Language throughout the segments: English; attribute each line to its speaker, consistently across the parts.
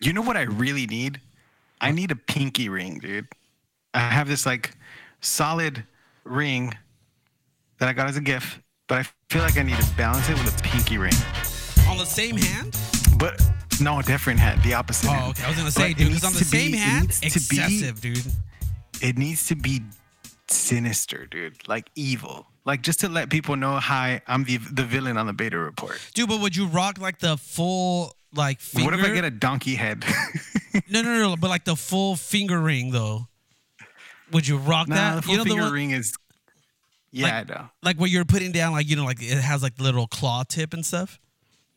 Speaker 1: You know what I really need? I need a pinky ring, dude. I have this like solid ring that I got as a gift, but I feel like I need to balance it with a pinky ring.
Speaker 2: On the same hand?
Speaker 1: But no, different hand, the opposite.
Speaker 2: Oh,
Speaker 1: hand.
Speaker 2: okay. I was gonna say,
Speaker 1: But it
Speaker 2: dude, because
Speaker 1: needs
Speaker 2: on the
Speaker 1: to
Speaker 2: same
Speaker 1: be- it
Speaker 2: hand,
Speaker 1: needs to be-
Speaker 2: excessive, dude.
Speaker 1: It needs to be sinister, dude. Like evil. Like just to let people know, hi, I'm the the villain on the beta report.
Speaker 2: Dude, but would you rock like the full like finger?
Speaker 1: What if I get a donkey head?
Speaker 2: no, no, no, but like the full finger ring though. Would you rock
Speaker 1: nah,
Speaker 2: that?
Speaker 1: the full
Speaker 2: you know
Speaker 1: finger
Speaker 2: the one,
Speaker 1: ring is. Yeah, I know.
Speaker 2: like where you're putting down, like you know, like it has like little claw tip and stuff.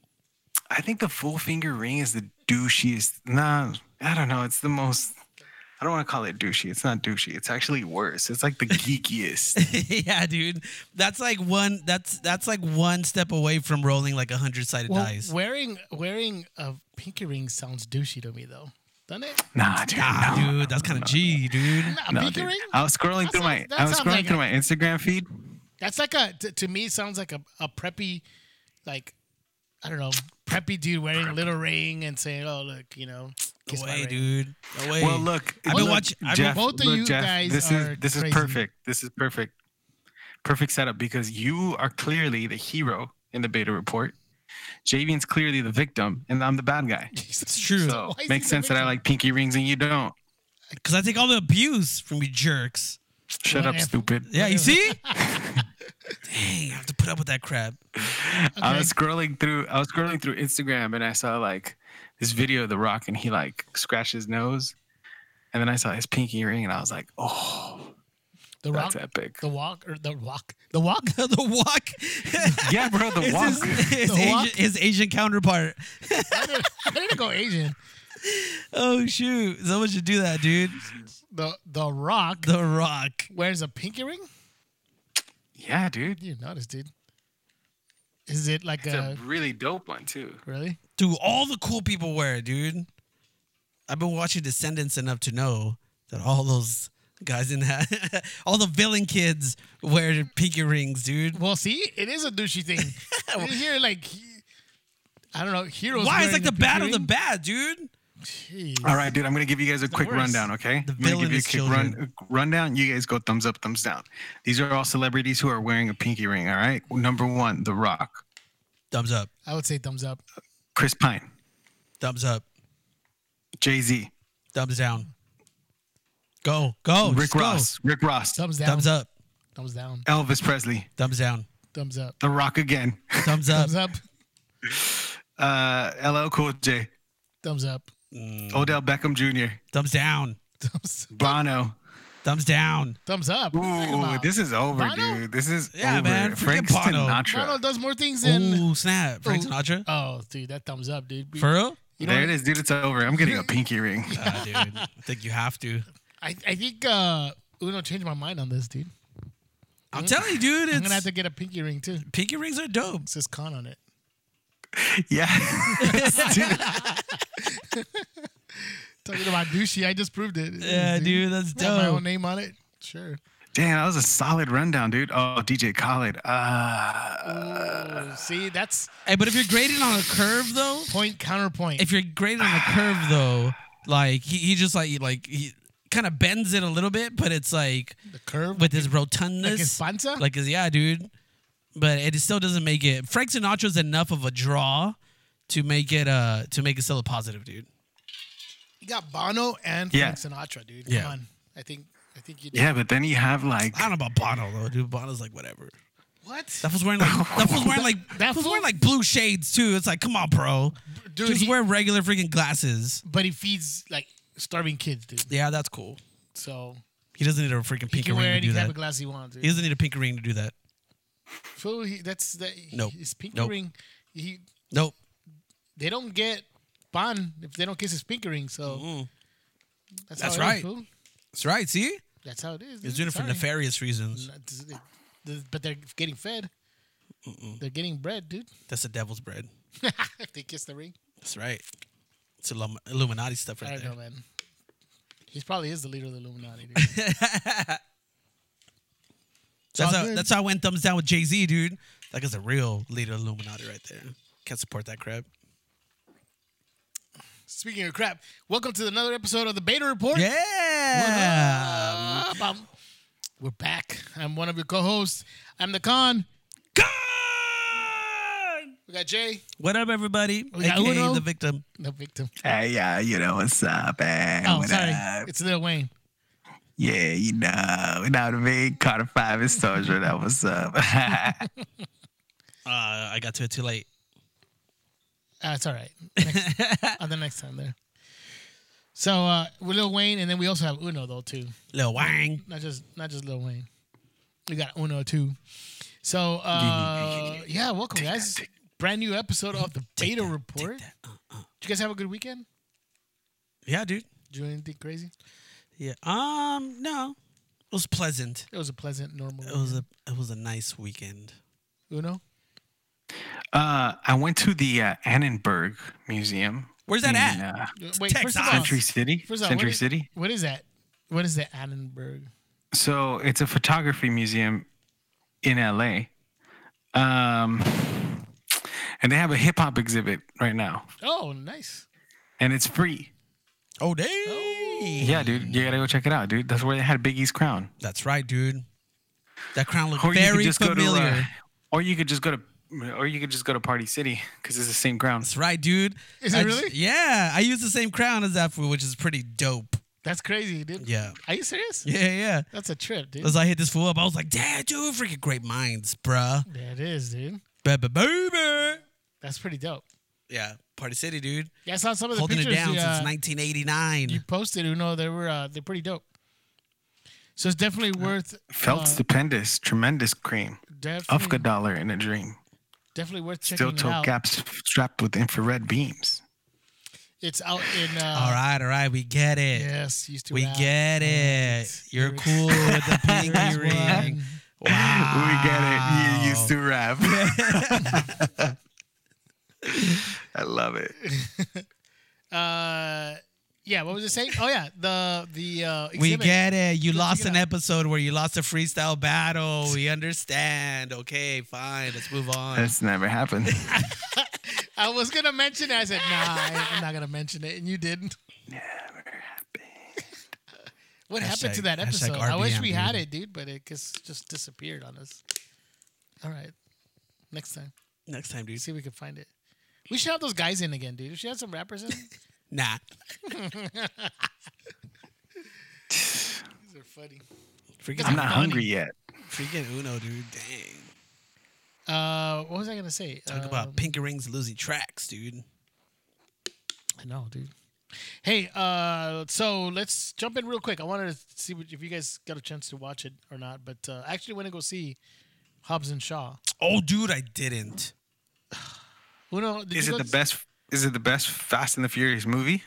Speaker 1: I think the full finger ring is the douchiest. Nah, I don't know. It's the most. I don't want to call it douchey. It's not douchey. It's actually worse. It's like the geekiest.
Speaker 2: yeah, dude, that's like one. That's that's like one step away from rolling like a hundred sided
Speaker 3: Well,
Speaker 2: dice.
Speaker 3: wearing wearing a pinky ring sounds douchey to me though, doesn't it?
Speaker 1: nah, dude.
Speaker 2: Ah,
Speaker 1: no, no,
Speaker 2: dude, that's kind of G, dude.
Speaker 3: Nah, A
Speaker 1: no,
Speaker 3: pinky
Speaker 1: dude.
Speaker 3: ring?
Speaker 1: I was scrolling
Speaker 3: That
Speaker 1: through my.
Speaker 3: sounds- that
Speaker 1: I was
Speaker 3: sounds
Speaker 1: scrolling
Speaker 3: like
Speaker 1: through
Speaker 3: a-
Speaker 1: my Instagram feed.
Speaker 3: That's like a to, to me sounds like a, a preppy, like I don't know, preppy dude wearing a little ring and saying, "Oh look, you know, kiss
Speaker 2: No
Speaker 3: my
Speaker 2: way,
Speaker 3: ring."
Speaker 2: dude. No way.
Speaker 1: Well, look.
Speaker 2: I've been
Speaker 1: look,
Speaker 2: watch- I've been-
Speaker 1: Jeff,
Speaker 3: both of
Speaker 1: look,
Speaker 3: you
Speaker 1: Jeff,
Speaker 3: guys
Speaker 1: This
Speaker 3: are
Speaker 1: is this
Speaker 3: crazy.
Speaker 1: is perfect. This is perfect. Perfect setup because you are clearly the hero in the beta report. Javian's clearly the victim, and I'm the bad guy.
Speaker 2: it's true.
Speaker 1: So
Speaker 3: Why is he
Speaker 1: makes
Speaker 3: the
Speaker 1: sense that I
Speaker 3: victim?
Speaker 1: like pinky rings and you don't.
Speaker 2: Because I take all the abuse from you jerks.
Speaker 1: Shut up,
Speaker 3: Whatever.
Speaker 1: stupid.
Speaker 2: Yeah, you see? Dang, I have to put up with that crap.
Speaker 1: I was scrolling through I was scrolling through Instagram and I saw like this video of The Rock and he like scratched his nose. And then I saw his pinky ring and I was like, oh,
Speaker 3: The rock,
Speaker 1: that's epic.
Speaker 3: the walk, or the walk, the walk.
Speaker 2: the walk.
Speaker 1: Yeah, bro, the
Speaker 2: It's
Speaker 1: walk.
Speaker 2: His, his,
Speaker 3: The walk?
Speaker 2: Asian, his Asian counterpart.
Speaker 3: I didn't, I didn't go Asian.
Speaker 2: Oh shoot! Someone should do that, dude.
Speaker 3: The the rock
Speaker 2: The Rock.
Speaker 3: wears a pinky ring.
Speaker 1: Yeah, dude.
Speaker 3: You notice, dude? Is it like
Speaker 1: It's
Speaker 3: a
Speaker 1: a really dope one too.
Speaker 3: really?
Speaker 2: Dude, all the cool people wear, it, dude. I've been watching Descendants enough to know that all those guys in that, all the villain kids wear pinky rings, dude.
Speaker 3: Well, see, it is a douchey thing. You hear like, he- I don't know, heroes.
Speaker 2: Why is like
Speaker 3: wearing a
Speaker 2: the bad of
Speaker 3: pinky
Speaker 2: the
Speaker 3: ring?
Speaker 2: bad, dude?
Speaker 3: Jeez.
Speaker 1: All right, dude, I'm gonna give you guys a quick
Speaker 3: worst.
Speaker 1: rundown, okay?
Speaker 2: The
Speaker 1: I'm gonna give you a
Speaker 2: villainous
Speaker 1: quick run, rundown. You guys go thumbs up, thumbs down. These are all celebrities who are wearing a pinky ring, all right? Number one, The Rock.
Speaker 2: Thumbs up.
Speaker 3: I would say thumbs up.
Speaker 1: Chris Pine,
Speaker 2: Thumbs up.
Speaker 1: Jay Z,
Speaker 2: Thumbs down. Go, go. Oh, just
Speaker 1: Rick
Speaker 2: go.
Speaker 1: Ross, Rick Ross,
Speaker 3: Thumbs down.
Speaker 2: Thumbs up.
Speaker 3: Thumbs down.
Speaker 1: Elvis Presley,
Speaker 2: Thumbs down.
Speaker 3: Thumbs up.
Speaker 1: The Rock again,
Speaker 2: Thumbs up.
Speaker 3: Thumbs up.
Speaker 1: uh, LL Cool J,
Speaker 3: Thumbs up.
Speaker 1: Odell Beckham Jr.,
Speaker 2: Mm. Thumbs down.
Speaker 3: Thumbs,
Speaker 1: Bono.
Speaker 2: Thumbs down.
Speaker 3: thumbs up. What are you talking
Speaker 1: Ooh,
Speaker 3: about?
Speaker 1: this is over,
Speaker 3: Bono?
Speaker 1: dude. This is
Speaker 2: Yeah,
Speaker 1: over.
Speaker 2: man, forget
Speaker 1: Frank
Speaker 2: Bono.
Speaker 1: Sinatra.
Speaker 3: Bono does more things than.
Speaker 2: Ooh, snap. Frank Sinatra.
Speaker 3: Oh, dude, that thumbs up, dude.
Speaker 2: For real?
Speaker 3: You know
Speaker 1: there
Speaker 3: what?
Speaker 1: it is, dude. It's over. I'm getting a pinky ring.
Speaker 2: Ah, dude. I think you have to.
Speaker 3: I, I think uh, Uno changed my mind on this, dude.
Speaker 2: I'm telling you, dude. It's,
Speaker 3: Mm. I'm gonna have to get a pinky ring too. It
Speaker 2: pinky rings are dope.
Speaker 3: says con on it.
Speaker 1: Yeah. Dude,
Speaker 3: Talking about douchey, I just proved it.
Speaker 2: Yeah, dude, that's
Speaker 3: Got my
Speaker 2: dope.
Speaker 3: own name on it. Sure.
Speaker 1: Damn, that was a solid rundown, dude. Oh, DJ Khaled. Uh,
Speaker 3: Oh, see, that's
Speaker 2: Hey, but if you're graded on a curve though,
Speaker 3: point counterpoint.
Speaker 2: if you're graded on a curve though, like he, he just like like he kind of bends it a little bit, but it's like
Speaker 3: the curve
Speaker 2: with his rotundness,
Speaker 3: Like his panza?
Speaker 2: like his yeah, dude. But it still doesn't make it. Frank Sinatra's enough of a draw to make it uh to make it still a positive, dude.
Speaker 3: you got Bono and
Speaker 1: Yeah.
Speaker 3: Frank Sinatra, dude. Come
Speaker 2: Yeah.
Speaker 3: on. I think I think you did.
Speaker 1: yeah, but then you have like
Speaker 2: I don't know about Bono though, dude. Bono's like whatever.
Speaker 3: What?
Speaker 2: That was wearing like that was wearing like
Speaker 3: That-
Speaker 2: that,
Speaker 3: that
Speaker 2: was
Speaker 3: fool-
Speaker 2: wearing like blue shades too. It's like come on, bro.
Speaker 3: Dude,
Speaker 2: just
Speaker 3: he-
Speaker 2: wear regular freaking glasses.
Speaker 3: But he feeds like starving kids, dude.
Speaker 2: Yeah, that's cool.
Speaker 3: So
Speaker 2: He doesn't need a freaking
Speaker 3: he
Speaker 2: pinky
Speaker 3: can wear
Speaker 2: ring to
Speaker 3: any
Speaker 2: do
Speaker 3: type
Speaker 2: that.
Speaker 3: of glass he wants. Dude.
Speaker 2: He doesn't need a pinky ring to do that.
Speaker 3: Fool, he, that's the
Speaker 2: Nope.
Speaker 3: his pinky
Speaker 2: Nope.
Speaker 3: ring. He
Speaker 2: Nope.
Speaker 3: they don't get bond if they don't kiss his pinky ring. So that's,
Speaker 2: Mm-hmm. That's
Speaker 3: how It
Speaker 2: right.
Speaker 3: is, fool.
Speaker 2: That's right. See,
Speaker 3: That's how it
Speaker 2: he's
Speaker 3: is. dude.
Speaker 2: doing it for
Speaker 3: Sorry.
Speaker 2: nefarious reasons.
Speaker 3: Not- this- it- this- But they're getting fed. They're getting bread, dude.
Speaker 2: That's the devil's bread.
Speaker 3: if they kiss the ring,
Speaker 2: That's right. It's Illum- Illuminati stuff
Speaker 3: I
Speaker 2: right
Speaker 3: don't
Speaker 2: there.
Speaker 3: know, man. He probably is the leader of the Illuminati. Dude.
Speaker 2: That's
Speaker 3: all
Speaker 2: how,
Speaker 3: good.
Speaker 2: that's how I went thumbs down with Jay Z, dude. That guy's a real leader of Illuminati right there. Can't support that crap.
Speaker 3: Speaking of crap, welcome to another episode of the Beta Report.
Speaker 2: Yeah.
Speaker 3: Up, um, we're back. I'm one of your co-hosts. I'm the con.
Speaker 2: Con!
Speaker 3: We got Jay,
Speaker 2: What up, everybody?
Speaker 3: We got
Speaker 2: AKA
Speaker 3: Uno.
Speaker 2: the victim.
Speaker 3: the victim.
Speaker 1: Hey, yeah, you know what's up, man?
Speaker 3: Oh,
Speaker 1: what
Speaker 3: sorry,
Speaker 1: up?
Speaker 3: it's Lil Wayne.
Speaker 1: Yeah, you know, you know what I mean? Carter Five is soldier. That what's up.
Speaker 2: Uh, I got to it too late.
Speaker 3: Uh, it's all right. Next, on the next time there. So uh, we're Lil Wayne, and then we also have Uno though too.
Speaker 2: Lil Wang.
Speaker 3: Not just not just Lil Wayne. We got Uno too. So uh, yeah, welcome guys. Brand new episode of the Beta Report. Did
Speaker 2: that. Uh,
Speaker 3: you guys have a good weekend?
Speaker 2: Yeah, dude.
Speaker 3: Did you do anything crazy?
Speaker 2: Yeah. Um. No. It was pleasant.
Speaker 3: It was a pleasant, normal.
Speaker 2: It was a. It was a nice weekend.
Speaker 3: Uno.
Speaker 1: uh, I went to the uh, Annenberg Museum.
Speaker 2: Where's that
Speaker 1: in,
Speaker 2: at?
Speaker 1: Uh,
Speaker 3: Wait, first of all,
Speaker 1: Century City.
Speaker 3: First of all,
Speaker 1: Century
Speaker 3: what is-
Speaker 1: City.
Speaker 3: What is that? What is the Annenberg?
Speaker 1: So it's a photography museum in LA. Um, and they have a hip hop exhibit right now,
Speaker 3: Oh, nice.
Speaker 1: and it's free.
Speaker 2: Oh, damn.
Speaker 1: Yeah, dude, you gotta go check it out, dude. That's where they had Biggie's crown.
Speaker 2: That's right, dude. That crown looked
Speaker 1: Or you could
Speaker 2: very
Speaker 1: just
Speaker 2: familiar.
Speaker 1: go to, uh, or you could just go to, or you could just go to Party City because it's the same crown.
Speaker 2: That's right, dude.
Speaker 3: Is it
Speaker 2: I
Speaker 3: really?
Speaker 2: j- yeah, I use the same crown as that fool, which is pretty dope.
Speaker 3: That's crazy, dude.
Speaker 2: Yeah.
Speaker 3: Are you serious?
Speaker 2: Yeah, yeah.
Speaker 3: That's a trip, dude.
Speaker 2: As I hit this fool up, I was like, "Damn, dude, freaking great minds, bruh."
Speaker 3: That is, dude.
Speaker 2: Baby, baby.
Speaker 3: That's pretty dope.
Speaker 2: Yeah, Party City, dude.
Speaker 3: Yeah, I saw some of the
Speaker 2: Holding it
Speaker 3: pictures
Speaker 2: down
Speaker 3: you, uh,
Speaker 2: since 1989.
Speaker 3: you posted. Uno, they were uh, they're pretty dope. So it's definitely worth
Speaker 1: Felt
Speaker 3: uh,
Speaker 1: stupendous, tremendous cream.
Speaker 3: definitely,
Speaker 1: Ufka dollar in a dream.
Speaker 3: definitely worth checking
Speaker 1: Steel
Speaker 3: it
Speaker 1: toe
Speaker 3: out.
Speaker 1: caps strapped with infrared beams.
Speaker 3: It's out in. Uh,
Speaker 2: all right, all right, we get it.
Speaker 3: Yes, used to.
Speaker 2: we
Speaker 3: rap.
Speaker 2: get it. You're
Speaker 3: lyrics.
Speaker 2: cool with the pinky
Speaker 3: Lyrics one.
Speaker 2: ring. Wow.
Speaker 1: We get it. You used to rap. I love it.
Speaker 3: Uh, yeah. What was it saying? Oh yeah, the the uh,
Speaker 2: We
Speaker 3: exhibit.
Speaker 2: get it. You lost
Speaker 3: check it
Speaker 2: an
Speaker 3: out.
Speaker 2: episode where you lost a freestyle battle. We understand. Okay, fine. Let's move on.
Speaker 1: That's never happened.
Speaker 3: I was gonna mention it. I said, nah, I, I'm not gonna mention it, and you didn't. What happened to
Speaker 2: Hashtag-
Speaker 3: that
Speaker 2: hashtag
Speaker 3: episode? I wish
Speaker 2: RBM,
Speaker 3: we had
Speaker 2: dude.
Speaker 3: it, dude, but it just just disappeared on us. All right, next time,
Speaker 2: Next time, dude.
Speaker 3: see if we can find it. We should have those guys in again, dude. We should have some rappers in. These
Speaker 2: Nah.
Speaker 3: are funny.
Speaker 2: Freaking,
Speaker 1: I'm not hungry yet.
Speaker 2: freaking Uno, dude. Dang.
Speaker 3: Uh, what was I gonna say? Um,
Speaker 2: Talk about pinky rings losing tracks, dude.
Speaker 3: I know, dude. Hey, uh, so let's jump in real quick. I wanted to see what, if you guys got a chance to watch it or not, but uh, I actually went to go see Hobbs and Shaw.
Speaker 2: Oh, dude, I didn't.
Speaker 3: Uno, did
Speaker 1: Is
Speaker 3: you
Speaker 1: it
Speaker 3: go
Speaker 1: the
Speaker 3: s-
Speaker 1: best? Is it the best Fast and the Furious movie?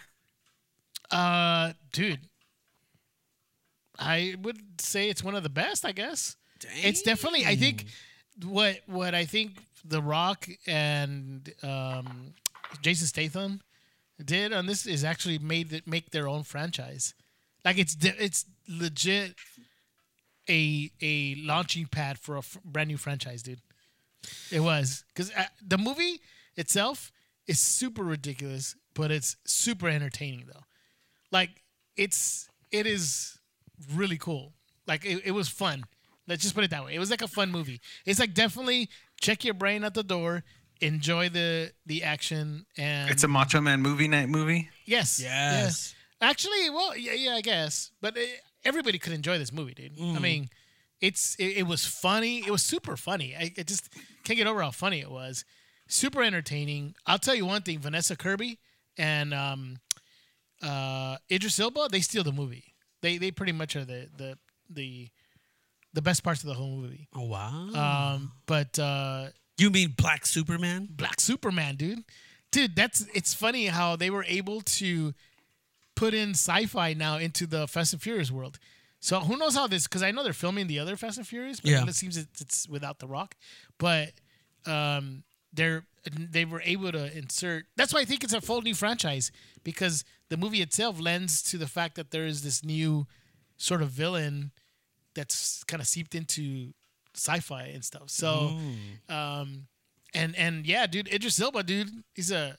Speaker 3: Uh, dude, I would say it's one of the best. I guess
Speaker 2: Dang.
Speaker 3: it's definitely. I think what what I think The Rock and um, Jason Statham did on this is actually made it make their own franchise. Like it's de- it's legit a a launching pad for a f- brand new franchise, dude. It was because uh, the movie itself is super ridiculous, but it's super entertaining though. Like it's it is really cool. Like it, it was fun. Let's just put it that way. It was like a fun movie. It's like definitely check your brain at the door, enjoy the the action, and
Speaker 1: It's a Macho Man movie night movie.
Speaker 3: yes, yeah.
Speaker 2: Yes.
Speaker 3: Actually, well, yeah, yeah, I guess, but uh everybody could enjoy this movie, dude. I mean, it's it, it was funny. It was super funny. I, I just can't get over how funny it was. Super entertaining. I'll tell you one thing: Vanessa Kirby and um, uh, Idris Elba, they steal the movie. They they pretty much are the the the the best parts of the whole movie.
Speaker 2: Oh, wow.
Speaker 3: Um, but uh,
Speaker 2: you mean Black Superman?
Speaker 3: Black Superman, dude. Dude, that's it's funny how they were able to put in sci-fi now into the Fast and Furious world. So who knows how this? Because I know they're filming the other Fast and Furious, but
Speaker 2: Yeah.
Speaker 3: it seems it's, it's without The Rock. But um, they're they were able to insert. That's why I think it's a full new franchise because the movie itself lends to the fact that there is this new sort of villain that's kind of seeped into sci-fi and stuff. So, um, and and yeah, dude, Idris Elba, dude, he's a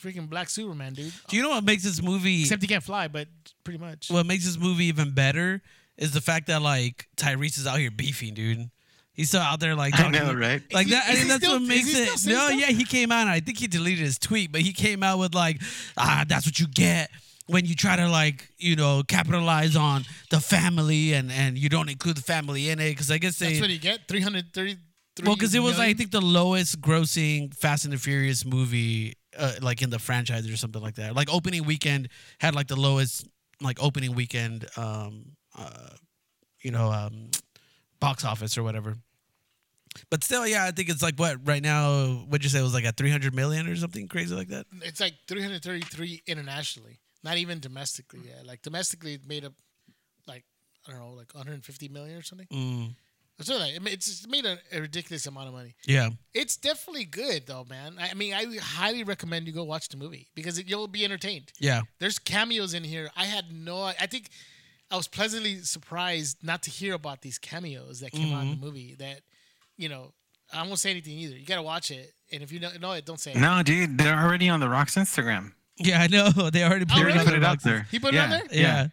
Speaker 3: freaking Black Superman, dude.
Speaker 2: Do you know what makes this movie?
Speaker 3: Except he can't fly, but pretty much.
Speaker 2: what makes this movie even better is the fact that like Tyrese is out here beefing, dude. He's still out there like
Speaker 1: I know, right?
Speaker 2: Like
Speaker 3: Is he-
Speaker 2: that, I
Speaker 3: is
Speaker 2: think
Speaker 3: he
Speaker 2: that's
Speaker 3: still-
Speaker 2: what
Speaker 3: is
Speaker 2: makes
Speaker 3: he
Speaker 2: it.
Speaker 3: still saying
Speaker 2: No,
Speaker 3: stuff?
Speaker 2: yeah, he came out. I think he deleted his tweet, but he came out with like, ah, that's what you get when you try to like, you know, capitalize on the family and and you don't include the family in it because I guess
Speaker 3: That's
Speaker 2: they.
Speaker 3: what you get. Three hundred thirty.
Speaker 2: Well, because it was like, I think the lowest grossing Fast and the Furious movie, uh, like in the franchise or something like that. Like opening weekend had like the lowest like opening weekend, um, uh, you know, um, box office or whatever. But still, yeah, I think it's like what right now? What'd you say it was like at three hundred million or something crazy like that?
Speaker 3: it's like three hundred thirty-three internationally, not even domestically. Yeah, like domestically, it made up like I don't know, like one hundred fifty million or something.
Speaker 2: Mm,
Speaker 3: So like, it ma- it's it's made a, a ridiculous amount of money.
Speaker 2: yeah,
Speaker 3: It's definitely good though, man. I I mean, I highly recommend you go watch the movie because it, you'll be entertained.
Speaker 2: yeah,
Speaker 3: There's cameos in here. I had no. I think I was pleasantly surprised not to hear about these cameos that came out in the movie. That you know, I won't say anything either. You gotta watch it, and if you know, know it, don't say. it.
Speaker 1: No, dude, they're already on The Rock's Instagram.
Speaker 2: yeah. I know they already put,
Speaker 1: They
Speaker 3: Oh,
Speaker 1: already
Speaker 3: really?
Speaker 1: put it out there.
Speaker 3: He put it
Speaker 1: yeah,
Speaker 3: on there?
Speaker 1: Yeah.
Speaker 2: Yeah.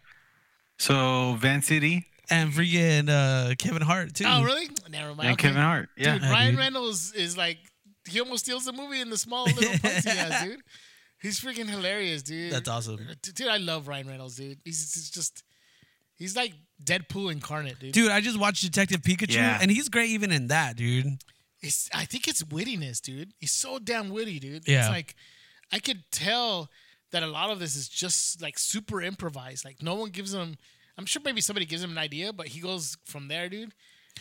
Speaker 1: So Van City
Speaker 2: and freaking uh, Kevin Hart too.
Speaker 3: Oh, really? Never mind.
Speaker 1: and
Speaker 3: okay.
Speaker 1: Kevin Hart. Yeah.
Speaker 3: Dude, Ryan
Speaker 2: dude.
Speaker 3: Reynolds is like he almost steals the movie in the small little parts he has, dude. He's freaking hilarious, dude.
Speaker 2: That's awesome.
Speaker 3: Dude, I love Ryan Reynolds, dude. He's, he's just he's like Deadpool incarnate, dude.
Speaker 2: Dude, I just watched Detective Pikachu,
Speaker 1: Yeah.
Speaker 2: and he's great even in that, dude.
Speaker 3: It's, I think it's wittiness, dude. He's so damn witty, dude.
Speaker 2: Yeah.
Speaker 3: It's like I could tell that a lot of this is just like super improvised. Like no one gives him. I'm sure maybe somebody gives him an idea, but he goes from there, dude.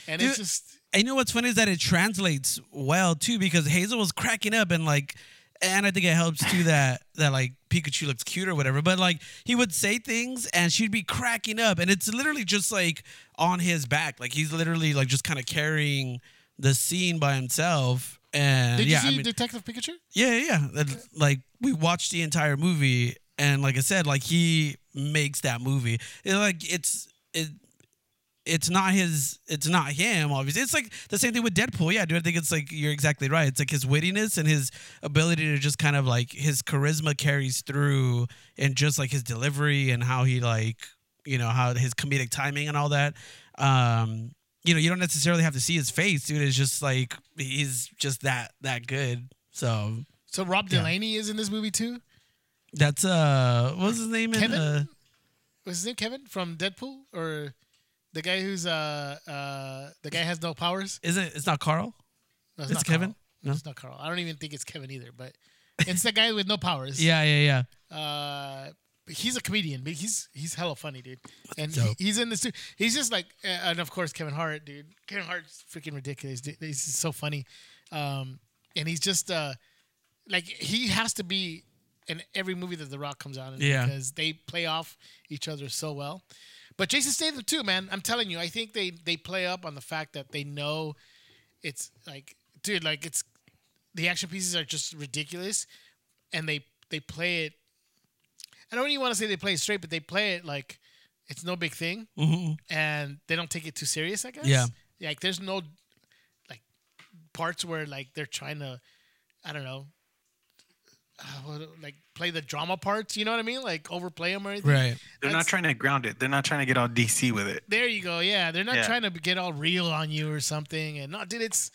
Speaker 3: And it's
Speaker 2: Dude,
Speaker 3: just
Speaker 2: And you know what's funny is that it translates well too because Hazel was cracking up and like, and I think it helps too that that like Pikachu looks cute or whatever. But like he would say things and she'd be cracking up, and it's literally just like on his back, like he's literally like just kind of carrying the scene by himself. And
Speaker 3: Did
Speaker 2: yeah,
Speaker 3: you see
Speaker 2: I mean,
Speaker 3: Detective Pikachu?
Speaker 2: Yeah, yeah, yeah. That- like we watched the entire movie, and like I said, like he makes that movie. It, like it's it, it's not his, it's not him. Obviously, it's like the same thing with Deadpool. Yeah, dude, I think it's like you're exactly right. It's like his wittiness and his ability to just kind of like his charisma carries through, and just like his delivery and how he like you know how his comedic timing and all that. Um, you know, you don't necessarily have to see his face, dude. It's just like he's just that that good. So
Speaker 3: So Rob
Speaker 2: Yeah.
Speaker 3: Delaney is in this movie too.
Speaker 2: That's uh, what was his name? In,
Speaker 3: Kevin?
Speaker 2: uh,
Speaker 3: Was his name Kevin from Deadpool or the guy who's uh uh the guy has no powers?
Speaker 2: is it? It's not Carl.
Speaker 3: No,
Speaker 2: It's
Speaker 3: not
Speaker 2: Kevin?
Speaker 3: Carl.
Speaker 2: No?
Speaker 3: it's not Carl. I don't even think it's Kevin either. But it's the guy with no powers.
Speaker 2: Yeah, yeah, yeah.
Speaker 3: Uh, he's a comedian, but he's he's hella funny, dude. And
Speaker 2: dope.
Speaker 3: he, he's in this too. He's just like, uh, and of course Kevin Hart, dude. Kevin Hart's freaking ridiculous. Dude. He's just so funny, um, and he's just uh, like he has to be in every movie that The Rock comes out in
Speaker 2: Yeah.
Speaker 3: because they play off each other so well. But Jason Statham too, man. I'm telling you, I think they they play up on the fact that they know it's like, dude, like it's the action pieces are just ridiculous, and they they play it I don't even want to say they play it straight, but they play it like it's no big thing,
Speaker 2: Mhm.
Speaker 3: and they don't take it too serious. I guess.
Speaker 2: Yeah.
Speaker 3: Like there's no like parts where like they're trying to, I don't know, uh, what- like play the drama parts. You know what I mean? Like overplay them or anything.
Speaker 2: Right.
Speaker 1: They're not
Speaker 3: That's-
Speaker 1: trying to ground it. They're not trying to get all DC with it.
Speaker 3: There you go. Yeah, they're not
Speaker 1: Yeah.
Speaker 3: trying to get all real on you or something. And no, dude, it's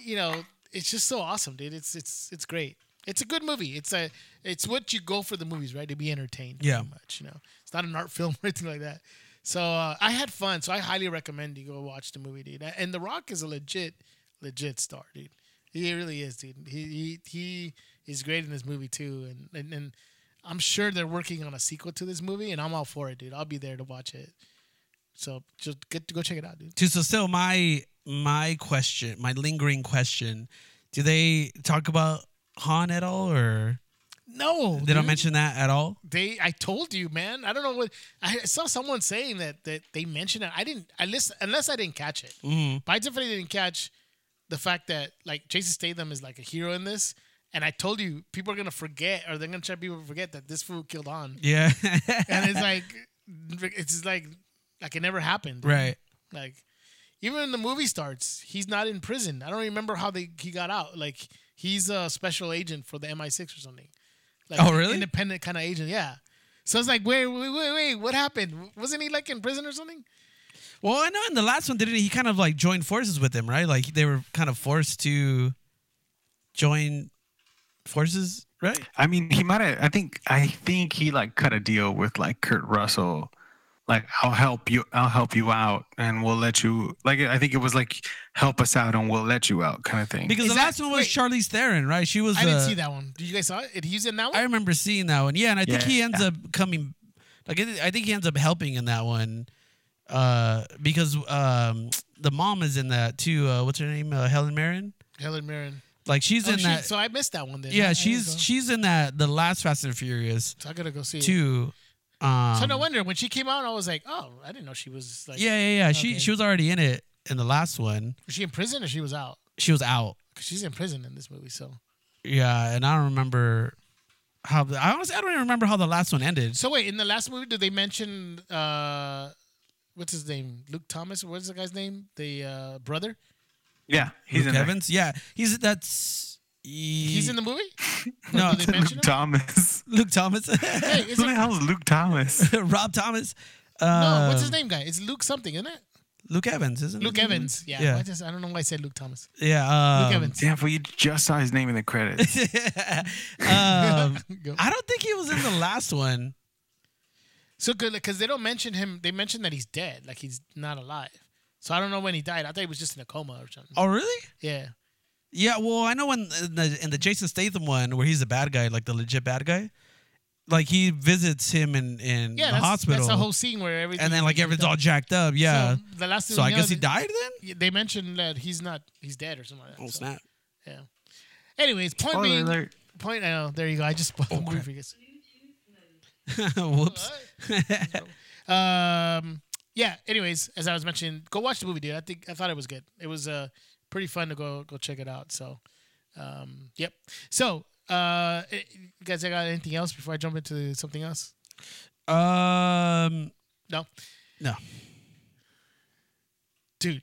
Speaker 3: you know, it's just so awesome, dude. It's it's it's great. It's a good movie. It's a it's what you go for the movies, right? To be entertained.
Speaker 2: Yeah.
Speaker 3: pretty Much, you know, it's not an art film or anything like that. So uh, I had fun. So I highly recommend you go watch the movie, dude. And The Rock is a legit, legit star, dude. He really is, dude. He he, he is great in this movie too. And, and and I'm sure they're working on a sequel to this movie, and I'm all for it, dude. I'll be there to watch it. So just get to go check it out, dude.
Speaker 2: Dude, so still my my question, my lingering question, do they talk about Han at all, or
Speaker 3: No,
Speaker 2: they don't mention that at all?
Speaker 3: They, I told you, man. I don't know what I saw. Someone saying that that they mentioned it. I didn't. I listen unless I didn't catch it.
Speaker 2: Mhm.
Speaker 3: But I definitely didn't catch the fact that like Jason Statham is like a hero in this. And I told you, people are gonna forget, or they're gonna try people to forget that this fool killed on.
Speaker 2: Yeah.
Speaker 3: And it's like, it's just like, like it never happened.
Speaker 2: right.
Speaker 3: Like, even when the movie starts, he's not in prison. I don't remember how they he got out. Like, he's a special agent for the MI6 or something. like
Speaker 2: Oh, really?
Speaker 3: independent kind of agent. Yeah. So it's like, wait, wait, wait, wait, what happened? Wasn't he like in prison or something?
Speaker 2: Well, I know in the last one, didn't he? He kind of like joined forces with him, right? Like they were kind of forced to join forces, right?
Speaker 1: I mean, he might have. I think. I think he like cut a deal with like Kurt Russell. Like, I'll help you. I'll help you out, and we'll let you. Like, I think it was like, help us out, and we'll let you out, kind of thing.
Speaker 2: Because
Speaker 3: Is
Speaker 2: the
Speaker 3: that-
Speaker 2: last one was
Speaker 3: wait.
Speaker 2: Charlize Theron, right? She was.
Speaker 3: I didn't
Speaker 2: uh,
Speaker 3: see that one. Did you guys saw it? Did he use it in that one?
Speaker 2: I remember seeing that one. Yeah, and I think
Speaker 1: Yeah,
Speaker 2: he ends up coming. Like I thi- I think he ends up helping in that one, uh, because um, the mom is in that too. Uh, what's her name? Uh, Helen Mirren.
Speaker 3: Helen Mirren.
Speaker 2: Like she's
Speaker 3: Oh,
Speaker 2: in
Speaker 3: she-
Speaker 2: that.
Speaker 3: so I missed that one then. I- I
Speaker 2: yeah,
Speaker 3: didn't
Speaker 2: she's
Speaker 3: go.
Speaker 2: she's in that the last Fast and Furious
Speaker 3: So I gotta go see it.
Speaker 2: too. Um,
Speaker 3: So no wonder when she came out, I was like, oh, I didn't know she was like.
Speaker 2: Yeah, yeah, yeah. She
Speaker 3: Okay.
Speaker 2: she was already in it in the last one.
Speaker 3: Was she in prison or she was out?
Speaker 2: She was out.
Speaker 3: 'Cause she's in prison in this movie. So.
Speaker 2: Yeah, and I don't remember how. The, I honestly I don't even remember how the last one ended.
Speaker 3: So wait, in the last movie, did they mention uh, what's his name? Luke Thomas. What's the guy's name? The uh, brother.
Speaker 1: yeah, he's
Speaker 2: Luke
Speaker 1: in
Speaker 2: Evans. Yeah, he's that's. he-
Speaker 3: He's in the movie.
Speaker 2: no
Speaker 3: Did they
Speaker 1: there.
Speaker 3: mention
Speaker 1: Luke
Speaker 3: him?
Speaker 1: Thomas.
Speaker 2: Luke Thomas,
Speaker 3: Hey,
Speaker 1: Who
Speaker 3: it's
Speaker 1: the
Speaker 3: like,
Speaker 1: hell is Luke Thomas?
Speaker 2: Rob Thomas.
Speaker 3: no, what's his
Speaker 2: um,
Speaker 3: name, guy? It's Luke something, isn't it?
Speaker 2: Luke Evans, isn't it?
Speaker 3: Luke Evans. Yeah.
Speaker 2: Yeah.
Speaker 3: I just I don't know why I said Luke Thomas.
Speaker 2: Yeah,
Speaker 3: Luke
Speaker 2: um,
Speaker 3: Evans.
Speaker 1: Damn, well, you just saw his name in the credits.
Speaker 2: um,
Speaker 3: Go.
Speaker 2: I don't think he was in the last one.
Speaker 3: So good because they don't mention him. They mention that he's dead, like he's not alive. So I don't know when he died. I thought he was just in a coma or something.
Speaker 2: Oh, really?
Speaker 3: Yeah.
Speaker 2: Yeah, well, I know in in the, in the Jason Statham one where he's a bad guy, like the legit bad guy, like he visits him in in
Speaker 3: Yeah.
Speaker 2: the
Speaker 3: that's,
Speaker 2: hospital,
Speaker 3: That's the whole scene where everything.
Speaker 2: and then like everything's all jacked up.
Speaker 3: So
Speaker 2: Yeah,
Speaker 3: the last.
Speaker 2: so,
Speaker 3: thing
Speaker 2: I
Speaker 3: you
Speaker 2: guess
Speaker 3: know,
Speaker 2: he died then.
Speaker 3: They mentioned that he's not. He's dead or something like that.
Speaker 2: Oh
Speaker 3: so.
Speaker 2: snap!
Speaker 3: Yeah. Anyways, point
Speaker 1: Spoiler
Speaker 3: being,
Speaker 1: alert.
Speaker 3: point. Oh, there you go. I just spoiled the
Speaker 2: crap.
Speaker 3: movie.
Speaker 2: Whoops.
Speaker 3: Um. Yeah. Anyways, as I was mentioning, go watch the movie, dude. I think I thought it was good. It was uh pretty fun to go go check it out. So, um. Yep. So, uh, eh, you guys, I got anything else before I jump into something else?
Speaker 2: Um,
Speaker 3: No,
Speaker 2: no.
Speaker 3: dude.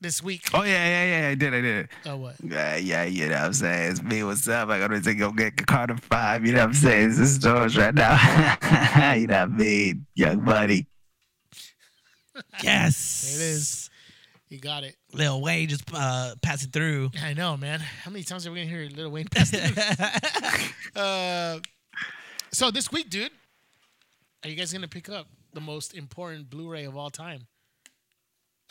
Speaker 3: This week.
Speaker 1: Oh yeah, yeah, yeah. I did, I did.
Speaker 3: Oh what?
Speaker 1: Yeah, yeah, you know what I'm saying? It's me, what's up? I gotta say, go get Carter 5, you know what I'm saying? It's the stores right now. you know what I mean? Young buddy.
Speaker 2: Yes,
Speaker 3: There it is. You got it.
Speaker 2: Lil Wayne just uh, passing through.
Speaker 3: I know, man. How many times are we gonna hear Little Wayne pass the- uh, so this week, dude, are you guys gonna pick up the most important Blu-ray of all time?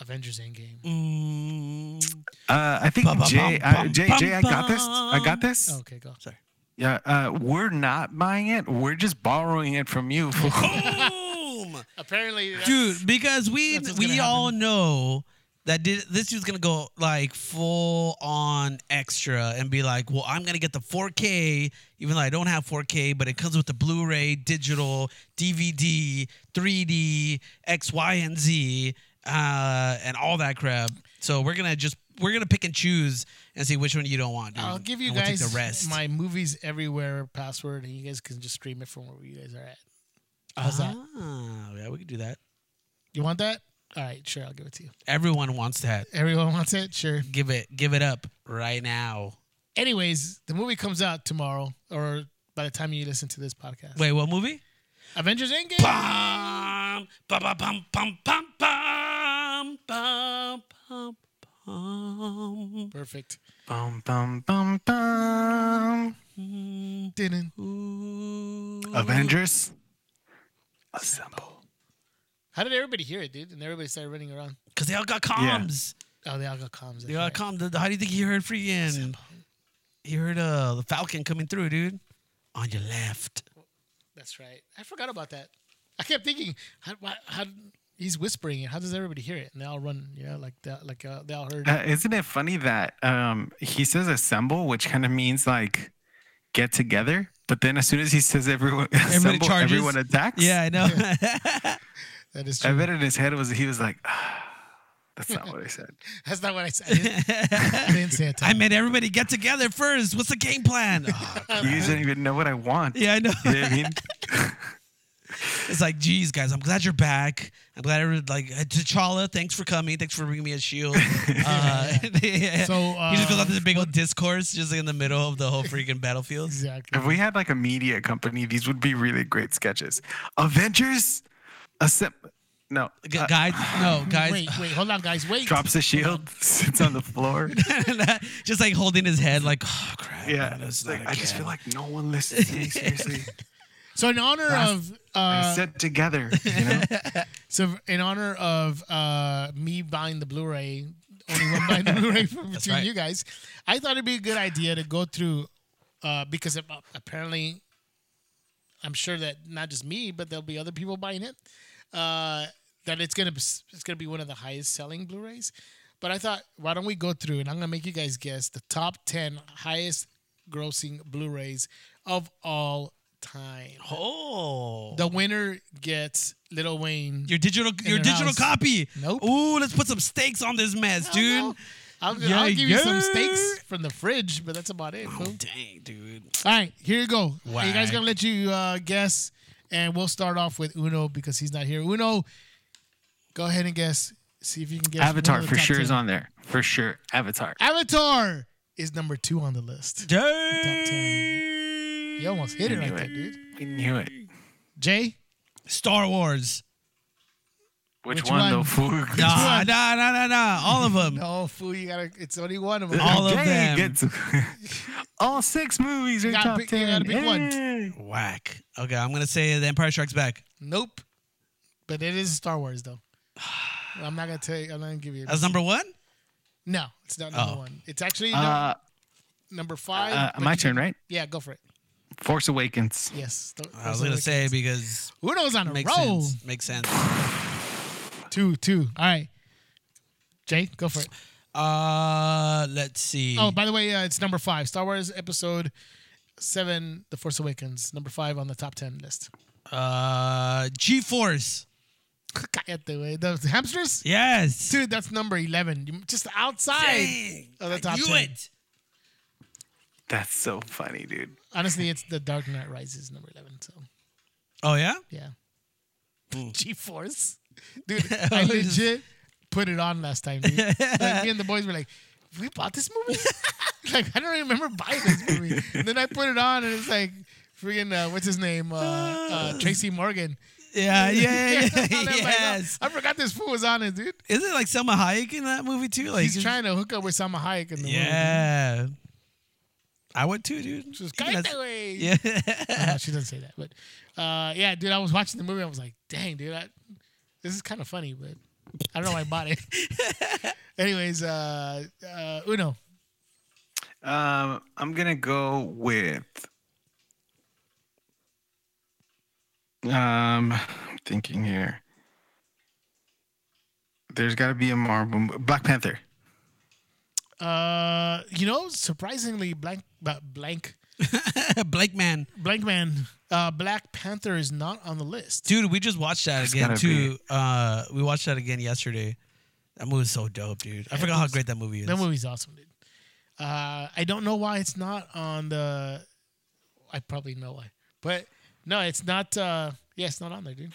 Speaker 3: Avengers Endgame.
Speaker 2: Mm,
Speaker 1: Uh, I think
Speaker 2: Ba-ba-bum,
Speaker 1: Jay, I,
Speaker 2: bum,
Speaker 1: Jay,
Speaker 2: bum,
Speaker 1: Jay, I got this. I got this.
Speaker 3: Oh, okay, go. Sorry.
Speaker 1: Yeah, uh, we're not buying it. We're just borrowing it from you. fool.
Speaker 2: Oh. boom,
Speaker 3: Apparently, that's-
Speaker 2: dude. Because we
Speaker 3: That's what's
Speaker 2: we
Speaker 3: gonna
Speaker 2: all know that did, this dude's gonna go like full on extra and be like, well, I'm gonna get the 4K, even though I don't have 4K, but it comes with the Blu-ray, digital, DVD, 3D, X, Y, and Z, uh, and all that crap. So we're gonna just we're gonna pick and choose and see which one you don't want. Dude.
Speaker 3: I'll give you
Speaker 2: And we'll take
Speaker 3: guys
Speaker 2: the rest.
Speaker 3: my movies everywhere password, and you guys can just stream it from wherever you guys are at. How's that?
Speaker 2: Ah, Yeah, we could do that.
Speaker 3: You want that? All right, sure. I'll give it to you.
Speaker 2: Everyone wants that.
Speaker 3: Everyone wants it. Sure.
Speaker 2: Give it, give it up right now.
Speaker 3: Anyways, the movie comes out tomorrow, or by the time you listen to this podcast.
Speaker 2: Wait, what movie?
Speaker 3: Avengers Endgame.
Speaker 2: Bum, bum, bum, bum, bum, bum, bum, bum, bum, bum.
Speaker 3: Perfect.
Speaker 1: bum, bum, bum, bum.
Speaker 2: Mm,
Speaker 3: Didn't.
Speaker 2: ooh.
Speaker 1: Avengers, assemble.
Speaker 3: How did everybody hear it, dude? And everybody started running around.
Speaker 2: Cause they all got comms.
Speaker 3: Oh, they all got comms.
Speaker 2: They all got comms. The- the- How do you think he heard freaking? He heard uh the Falcon coming through, dude. On your left.
Speaker 3: That's right. I forgot about that. I kept thinking, how, why, how he's whispering it. How does everybody hear it? And they all run, you know, like that, like uh, they all heard.
Speaker 1: Uh, isn't it funny that um, he says assemble, which kind of means like get together, but then as soon as he says everyone assemble,
Speaker 2: charges.
Speaker 1: everyone attacks?
Speaker 2: Yeah, I know.
Speaker 3: that is
Speaker 1: I
Speaker 3: true.
Speaker 1: bet in his head was he was like, ah, that's not what I said.
Speaker 3: That's not what I said. I didn't, I didn't say it.
Speaker 2: I made everybody get together first. What's the game plan? Ah,
Speaker 1: You guys don't even know what I want.
Speaker 2: yeah, I know.
Speaker 1: You know what I mean?
Speaker 2: It's like, geez, guys, I'm glad you're back. I'm glad everyone like uh, T'Challa. Thanks for coming. Thanks for bringing me a shield. Uh,
Speaker 3: So,
Speaker 2: he just goes
Speaker 3: uh,
Speaker 2: out to this big old discourse, just like in the middle of the whole freaking battlefield.
Speaker 3: Exactly.
Speaker 1: If we had like a media company, these would be really great sketches. Avengers, a sim- no,
Speaker 2: G-
Speaker 1: uh,
Speaker 2: guys, no, guys,
Speaker 3: Wait, wait, hold on, guys. Wait.
Speaker 1: drops a shield, sits on the floor.
Speaker 2: just like holding his head, like, oh crap.
Speaker 1: Yeah,
Speaker 2: man, it's
Speaker 1: it's like,
Speaker 2: not
Speaker 1: I just feel
Speaker 2: again."
Speaker 1: like no one listens to me seriously.
Speaker 3: So in honor of
Speaker 1: I
Speaker 3: uh,
Speaker 1: sit together, you know.
Speaker 3: so in honor of uh, me buying the Blu-ray, only one buying the Blu-ray from between
Speaker 2: right.
Speaker 3: you guys, I thought it'd be a good idea to go through uh, because ap- apparently, I'm sure that not just me, but there'll be other people buying it. Uh, that it's gonna be, it's gonna be one of the highest selling Blu-rays. But I thought, why don't we go through and I'm gonna make you guys guess the top ten highest grossing Blu-rays of all time.
Speaker 2: oh,
Speaker 3: The winner gets Little Wayne.
Speaker 2: your digital, your
Speaker 3: their
Speaker 2: digital
Speaker 3: house.
Speaker 2: copy.
Speaker 3: Nope. Oh,
Speaker 2: Ooh, let's put some stakes on this mess,
Speaker 3: I
Speaker 2: dude.
Speaker 3: don't know. I'll,
Speaker 2: Yeah,
Speaker 3: I'll give you some
Speaker 2: yeah.
Speaker 3: steaks from the fridge, but that's about it. fool.
Speaker 2: Dang, dude.
Speaker 3: All right, here you go. Are You guys
Speaker 2: Whack.
Speaker 3: gonna let you uh, guess, and we'll start off with Uno because he's not here. Uno, go ahead and guess. See if you can guess. one of
Speaker 1: Avatar
Speaker 3: the
Speaker 1: for
Speaker 3: top
Speaker 1: sure
Speaker 3: 10.
Speaker 1: is on there. For sure, Avatar.
Speaker 3: Avatar is number two on the list.
Speaker 2: Dang.
Speaker 3: You almost hit it right
Speaker 1: Knew
Speaker 3: there,
Speaker 1: it.
Speaker 3: dude.
Speaker 1: We knew it.
Speaker 3: Jay,
Speaker 2: Star Wars.
Speaker 1: Which,
Speaker 3: Which
Speaker 1: one,
Speaker 3: one?
Speaker 1: though, fool?
Speaker 2: Nah, nah, nah, nah, nah. All of them.
Speaker 3: no fool, you gotta. It's only one of them.
Speaker 2: All of
Speaker 1: Jay
Speaker 2: them.
Speaker 1: gets- all six movies are
Speaker 3: gotta
Speaker 1: top
Speaker 3: pick- you
Speaker 1: ten.
Speaker 3: gotta pick one.
Speaker 1: Hey.
Speaker 2: Whack. Okay, I'm gonna say The Empire Strikes Back.
Speaker 3: Nope. But it is Star Wars though. I'm not gonna tell you. I'm not gonna give you.
Speaker 2: That's number one.
Speaker 3: No, it's not number
Speaker 2: Oh.
Speaker 3: one. It's actually
Speaker 1: Uh,
Speaker 3: num- number five.
Speaker 1: uh,
Speaker 3: but
Speaker 1: my
Speaker 3: you
Speaker 1: turn, right?
Speaker 3: Yeah, go for it.
Speaker 1: Force Awakens.
Speaker 3: Yes. th-
Speaker 2: I was
Speaker 3: those are
Speaker 2: gonna
Speaker 3: the-
Speaker 2: say because
Speaker 3: Uno's on a
Speaker 2: makes
Speaker 3: roll.
Speaker 2: sense. Makes sense.
Speaker 3: Two, two. All right. Jay, go for it.
Speaker 2: Uh, let's see.
Speaker 3: Oh, by the way, uh, it's number five. Star Wars Episode Seven: The Force Awakens, number five on the top ten list.
Speaker 2: Uh, G-force.
Speaker 3: Cállate, güey. The hamsters,
Speaker 2: Yes.
Speaker 3: dude. That's number eleven. You- Just outside
Speaker 2: Dang.
Speaker 3: of the
Speaker 2: I
Speaker 3: top
Speaker 2: knew
Speaker 3: ten.
Speaker 2: it.
Speaker 1: That's so funny, dude.
Speaker 3: Honestly, it's The Dark Knight Rises, number eleven. So
Speaker 2: Oh yeah.
Speaker 3: yeah,
Speaker 2: Mm.
Speaker 3: G Force, dude. I legit put it on last time. Dude. Like, me and the boys were like, "We bought this movie." like I don't remember buying this movie. And then I put it on, and it's like, freaking, uh, what's his name? Uh, uh, Tracy Morgan.
Speaker 2: Yeah. Uh, Yeah. Yeah. yeah,
Speaker 3: And I'm like, "Oh,
Speaker 2: yes.
Speaker 3: I forgot this fool was on it, dude.
Speaker 2: Isn't it like Selma Hayek in that movie too? Like
Speaker 3: He's trying to hook up with Salma Hayek in the
Speaker 2: Yeah. I would too, dude.
Speaker 3: movie. She's
Speaker 2: Even
Speaker 3: kind
Speaker 2: as-
Speaker 3: that way.
Speaker 2: yeah.
Speaker 3: Oh, no, she doesn't say that, but uh, yeah, dude. I was watching the movie. I was like, dang, dude, I, this is kind of funny, but I don't know why I bought it. Anyways, uh, uh, Uno,
Speaker 1: Um, I'm gonna go with. Um, I'm thinking here. There's got to be a Marvel mo- Black Panther.
Speaker 3: uh, you know, surprisingly, blank, but blank,
Speaker 2: Blake man.
Speaker 3: blank man, uh, Black Panther is not on the list.
Speaker 2: Dude, we just watched that
Speaker 1: It's
Speaker 2: again
Speaker 1: gotta
Speaker 2: too. Uh we watched that again yesterday. That movie's so dope, dude. I forgot how great that movie is.
Speaker 3: That movie's awesome, dude. Uh, I don't know why it's not on the. I probably know why, but no, it's not. Uh, yeah, it's not on there, dude.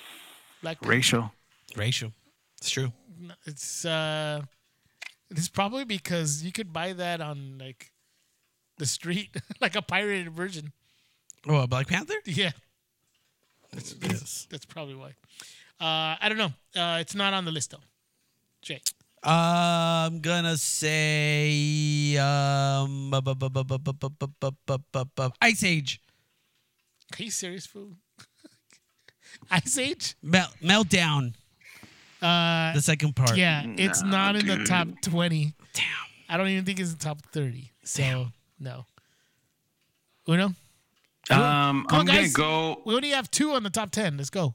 Speaker 3: Black Panther.
Speaker 1: Racial.
Speaker 2: Racial. It's true.
Speaker 3: No, it's uh it's probably because you could buy that on like the street like a pirated version
Speaker 2: Oh, a Black Panther?
Speaker 3: yeah
Speaker 2: Yes.
Speaker 3: that's probably why uh i don't know uh it's not on the list though jay
Speaker 2: I'm gonna say um bu- bu- bu- bu- bu- bu- bu- bu- bu- bu- bu- bu- Ice Age.
Speaker 3: are you serious fool ice age
Speaker 2: Mel- meltdown.
Speaker 3: uh
Speaker 2: The second part.
Speaker 3: yeah it's not in the
Speaker 1: dude.
Speaker 3: top 20
Speaker 2: Damn.
Speaker 3: i don't even think it's in the top 30 so no uno
Speaker 1: Um,
Speaker 3: Come on,
Speaker 1: I'm gonna
Speaker 3: guys.
Speaker 1: go.
Speaker 3: we only have two on the top 10 let's go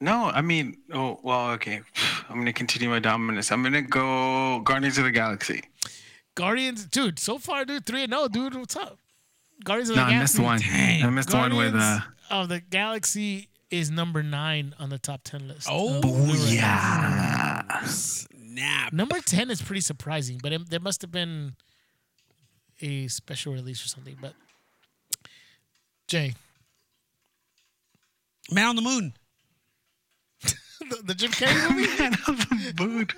Speaker 1: No, I mean, oh well, okay. I'm gonna continue my dominance. I'm gonna go Guardians of the Galaxy.
Speaker 3: Guardians, dude. So far, dude, three and zero, dude. What's up? Guardians of
Speaker 1: No,
Speaker 3: the
Speaker 1: I missed
Speaker 3: Galaxy.
Speaker 1: one.
Speaker 2: Dang.
Speaker 1: I missed one with uh.
Speaker 3: Guardians of the Galaxy is number nine on the top ten list.
Speaker 2: Oh,
Speaker 3: Blu-ray.
Speaker 1: Ah. Yeah.
Speaker 2: Snap.
Speaker 3: Number ten is pretty surprising, but it, there must have been a special release or something. But Jay,
Speaker 2: Man on the Moon.
Speaker 3: the Jim Carrey movie,
Speaker 1: Man of the mood.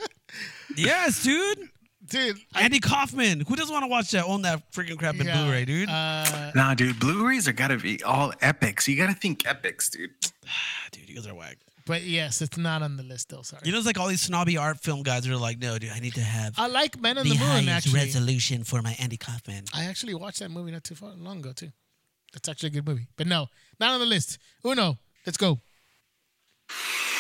Speaker 2: Yes, dude.
Speaker 3: dude. I-
Speaker 2: Andy Kaufman. Who doesn't want to watch that? Own that freaking crap in
Speaker 3: yeah,
Speaker 2: Blu-ray, dude.
Speaker 3: Uh,
Speaker 1: Nah, dude, Blu-rays are gotta be all epics. You gotta think epics, dude.
Speaker 2: Ah, dude, you guys are whack.
Speaker 3: but yes, it's not on the list though. Sorry.
Speaker 2: You know, it's like all these snobby art film guys are like, no, dude, I need to have
Speaker 3: I like Men on
Speaker 2: the
Speaker 3: the, Moon.
Speaker 2: highest
Speaker 3: Actually,
Speaker 2: resolution for my Andy Kaufman.
Speaker 3: I actually watched that movie not too far long ago too. That's actually a good movie. But no, not on the list. Uno, let's go.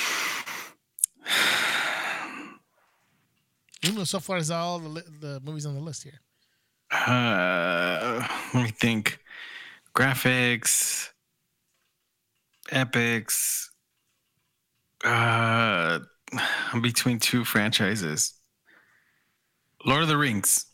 Speaker 3: Uno so far is all the, li- the movies on the list here.
Speaker 1: Uh, let me think. Graphics, epics. Uh, I'm between two franchises. Lord of the Rings.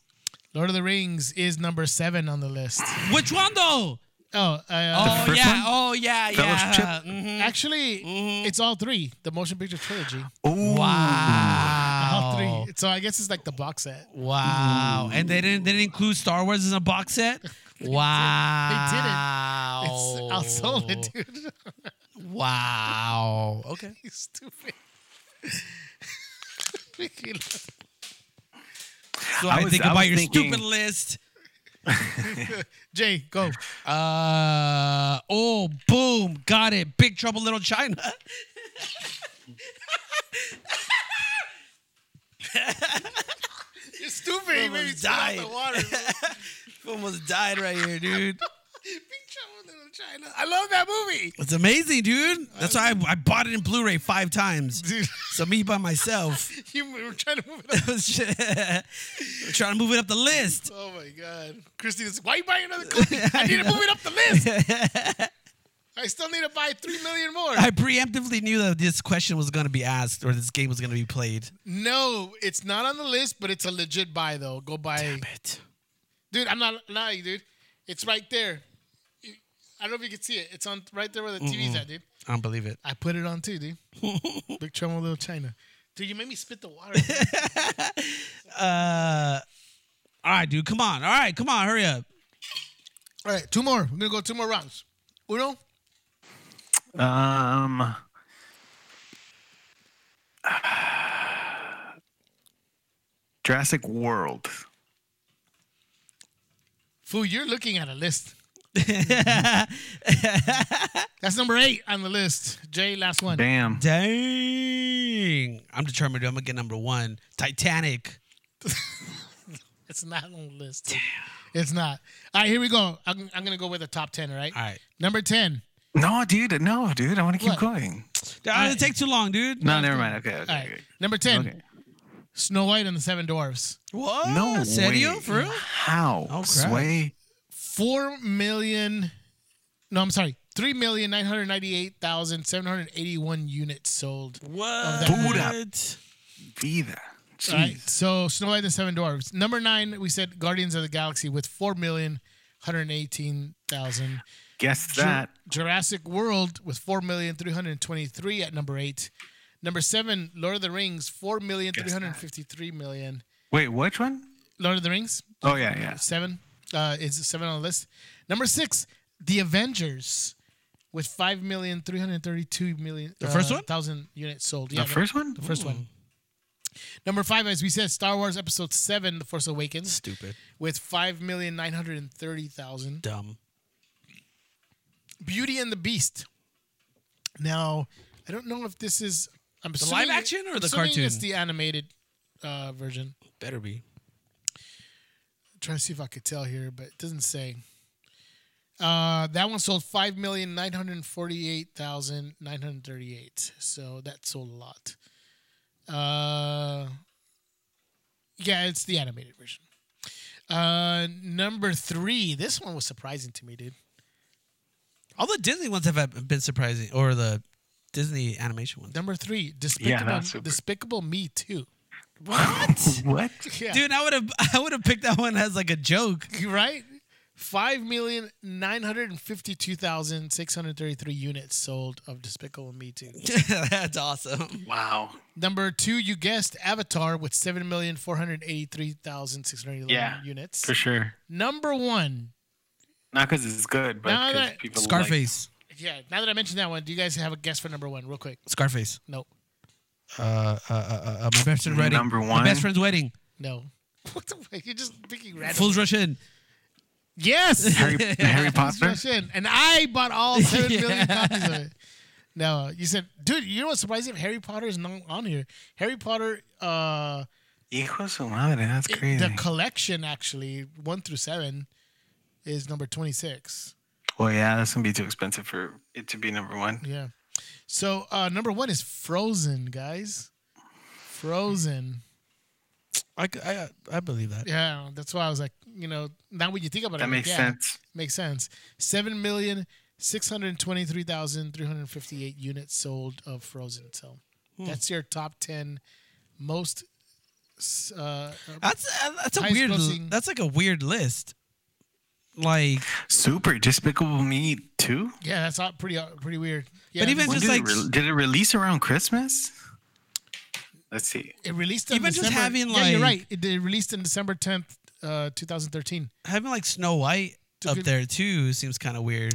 Speaker 3: Lord of the Rings is number seven on the list.
Speaker 2: Which one though?
Speaker 3: Oh, uh,
Speaker 2: Oh
Speaker 1: first
Speaker 2: yeah,
Speaker 1: one?
Speaker 2: oh yeah, yeah.
Speaker 1: Fellowship?
Speaker 2: Mhm.
Speaker 3: actually,
Speaker 2: Mhm.
Speaker 3: it's all three. The motion picture trilogy,
Speaker 1: Oh,
Speaker 3: all
Speaker 2: Wow.
Speaker 3: three. So I guess it's like the box set.
Speaker 2: Wow. And they didn't they didn't include Star Wars in a box set? Wow.
Speaker 3: It's outsold it, dude.
Speaker 2: Wow. Okay.
Speaker 3: you stupid.
Speaker 2: So
Speaker 1: I
Speaker 2: I,
Speaker 1: was-
Speaker 2: think
Speaker 1: I
Speaker 2: about
Speaker 1: was
Speaker 2: your
Speaker 1: thinking-
Speaker 2: stupid list.
Speaker 3: Jay, go.
Speaker 2: Uh oh, boom, got it. Big Trouble Little China.
Speaker 3: You're stupid. You made me
Speaker 2: Almost
Speaker 3: spit out
Speaker 2: died.
Speaker 3: the water. bro.
Speaker 2: Almost died right here, dude.
Speaker 3: Big Trouble in Little China. I love that movie.
Speaker 2: It's amazing, dude. That's why I, I bought it in Blu-ray five times.
Speaker 3: Dude,
Speaker 2: So me by myself.
Speaker 3: you were trying to move it up.
Speaker 2: trying to move it up the list.
Speaker 3: Oh my God. Christina's why you buying another copy? I need to move it up the list. I still need to buy three million more.
Speaker 2: I preemptively knew that this question was going to be asked or this game was going to be played.
Speaker 3: no, it's not on the list, but it's a legit buy though. Go buy.
Speaker 2: But
Speaker 3: Dude, I'm not lying, dude. It's right there. You- I don't know if you can see it. It's on right there where the TV's at, dude.
Speaker 2: I don't believe it.
Speaker 3: I put it on too, dude. Big Trouble in Little China. Dude, you made me spit the water. dude.
Speaker 2: All right, dude. Come on. All right. Come on. Hurry up.
Speaker 3: All right, two more. We're gonna go two more rounds. Uno.
Speaker 1: Um. Jurassic World.
Speaker 3: Fool, you're looking at a list. That's number eight on the list. Jay, last one.
Speaker 1: Damn.
Speaker 2: Dang. I'm determined. dude. I'm going to get number one. Titanic.
Speaker 3: It's not on the list. dude. It's not. All right, here we go. I'm, I'm gonna go with the top ten. All right.
Speaker 2: All right.
Speaker 3: Number ten.
Speaker 1: No, dude. No, dude. I want to keep
Speaker 3: What?
Speaker 1: going.
Speaker 2: Dude, It takes too long, dude.
Speaker 1: No, never mind. Okay.
Speaker 3: All
Speaker 1: okay,
Speaker 3: right.
Speaker 1: okay.
Speaker 3: Number ten.
Speaker 1: Okay.
Speaker 3: Snow White and the Seven Dwarfs.
Speaker 2: What?
Speaker 3: Ah,
Speaker 1: No
Speaker 2: Serio?
Speaker 1: way.
Speaker 2: For real?
Speaker 1: How?
Speaker 3: Oh,
Speaker 2: crap.
Speaker 1: Sway.
Speaker 3: Four million. No, I'm sorry. Three million nine hundred ninety-eight thousand seven hundred eighty-one units sold.
Speaker 2: What?
Speaker 1: Buddha. Vida. Jeez.
Speaker 3: All right. So Snow White and the Seven Dwarfs. Number nine, we said Guardians of the Galaxy with four million hundred eighteen thousand.
Speaker 1: Guess that.
Speaker 3: Jurassic World with four million three hundred twenty-three at number eight. Number seven, Lord of the Rings, four million three hundred fifty-three million.
Speaker 1: Wait, which one?
Speaker 3: Lord of the Rings,
Speaker 1: Oh yeah, yeah.
Speaker 3: seven uh, is seven on the list. Number six, The Avengers, with five million three hundred thirty-two million. The
Speaker 2: first one?
Speaker 3: thousand units sold.
Speaker 1: The first one.
Speaker 3: the first one. Number five, as we said, Star Wars Episode Seven: The Force Awakens,
Speaker 2: Stupid.
Speaker 3: with five million nine hundred thirty thousand.
Speaker 2: Dumb.
Speaker 3: Beauty and the Beast. Now, I don't know if this is I'm the
Speaker 2: live action or the
Speaker 3: It's
Speaker 2: cartoon?
Speaker 3: the animated uh, version.
Speaker 2: Better be.
Speaker 3: I'm trying to see if I could tell here, but it doesn't say. Uh, that one sold five million nine hundred forty-eight thousand nine hundred thirty-eight. So that sold a lot. Uh, yeah, it's the animated version. Uh, number three. This one was surprising to me, dude.
Speaker 2: All the Disney ones have been surprising, or the Disney animation ones.
Speaker 3: Number three, Despicable,
Speaker 1: that's super.
Speaker 3: Despicable Me Too.
Speaker 2: What?
Speaker 1: What?
Speaker 3: Yeah.
Speaker 2: Dude, I would have I would have picked that one as like a joke.
Speaker 3: right? Five million nine hundred and fifty-two thousand six hundred thirty-three units sold of Despicable Me Too.
Speaker 2: That's awesome.
Speaker 1: Wow.
Speaker 3: Number two, you guessed Avatar with seven million four hundred eighty-three thousand six hundred eleven
Speaker 1: Yeah,
Speaker 3: units.
Speaker 1: For sure.
Speaker 3: Number one,
Speaker 1: Not because it's good, but
Speaker 3: Now
Speaker 1: 'cause
Speaker 3: that-
Speaker 1: people like-
Speaker 2: Scarface.
Speaker 3: yeah. Now that I mentioned that one, do you guys have a guess for number one, real quick?
Speaker 2: Scarface.
Speaker 3: No.
Speaker 2: uh, uh, uh, uh, my best friend's wedding.
Speaker 1: Number
Speaker 2: My
Speaker 1: one.
Speaker 2: best friend's wedding.
Speaker 3: No. What the fuck? You're just picking random.
Speaker 2: Fools rush in.
Speaker 3: yes.
Speaker 1: Harry, Harry Potter.
Speaker 3: That's it. And I bought all seven
Speaker 2: Yeah.
Speaker 3: million copies of it. No, you said, dude, you know what's surprising? Harry Potter is not on here. Harry Potter, uh,
Speaker 1: Hijo de su madre, that's
Speaker 3: it-
Speaker 1: crazy.
Speaker 3: the collection actually, one through seven, is number 26.
Speaker 1: well, Oh, yeah, that's gonna be too expensive for it to be number one.
Speaker 3: Yeah. So, uh, number one is Frozen, guys. Frozen.
Speaker 2: I, c- I, uh, I believe that.
Speaker 3: Yeah, that's why I was like, you know, now when you think about it,
Speaker 1: That
Speaker 3: I'm
Speaker 1: makes
Speaker 3: like, yeah,
Speaker 1: sense.
Speaker 3: Makes sense. Seven million six hundred twenty-three thousand three hundred fifty-eight units sold of Frozen. So
Speaker 2: Hmm.
Speaker 3: that's your top ten most. s- Uh,
Speaker 2: That's uh, that's a
Speaker 3: Highest
Speaker 2: weird.
Speaker 3: grossing-
Speaker 2: That's like a weird list. Like,
Speaker 1: Super Despicable Me too.
Speaker 3: yeah, that's not pretty uh, pretty weird. Yeah,
Speaker 2: But even
Speaker 1: When
Speaker 2: Just
Speaker 1: did,
Speaker 2: like-
Speaker 1: it re- did it release around Christmas? Let's see.
Speaker 3: it released in
Speaker 2: even just
Speaker 3: December,
Speaker 2: having,
Speaker 3: yeah, you're
Speaker 2: like-
Speaker 3: right. It, it released in December tenth, uh, two thousand thirteen.
Speaker 2: having like Snow White
Speaker 3: To
Speaker 2: up
Speaker 3: give-
Speaker 2: there too seems kind of weird.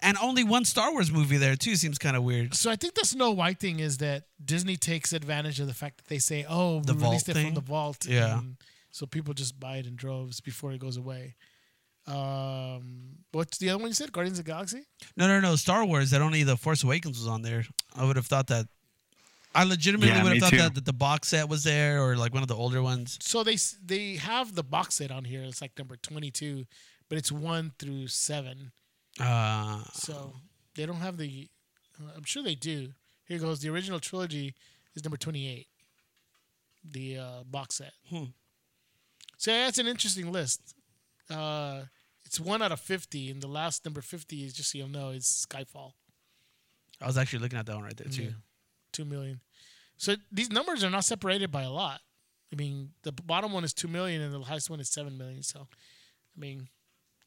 Speaker 2: And only one Star Wars movie there too seems kind of weird.
Speaker 3: So I think the Snow White thing is that Disney takes advantage of the fact that they say, "Oh,
Speaker 2: The
Speaker 3: we released
Speaker 2: vault
Speaker 3: it
Speaker 2: thing?
Speaker 3: from the vault."
Speaker 2: Yeah.
Speaker 3: and so people just buy it in droves before it goes away. Um, what's the other one you said? Guardians of the Galaxy.
Speaker 2: No, no, no. Star Wars. That only the Force Awakens was on there. I would have thought that. I legitimately
Speaker 1: Yeah,
Speaker 2: would have
Speaker 1: me
Speaker 2: thought
Speaker 1: too.
Speaker 2: that, that the box set was there or like one of the older ones.
Speaker 3: So they s- they have the box set on here. It's like number twenty two, but it's one through seven.
Speaker 2: Uh,
Speaker 3: So they don't have the. I'm sure they do. Here goes the original trilogy is number 28. The uh, box set.
Speaker 2: Hmm.
Speaker 3: So that's an interesting list. Uh, it's one out of 50, and the last number 50 is just so you'll know is Skyfall.
Speaker 2: I was actually looking at that one right there too.
Speaker 3: Yeah. Two million. So these numbers are not separated by a lot. I mean, the bottom one is two million, and the highest one is seven million. So, I mean,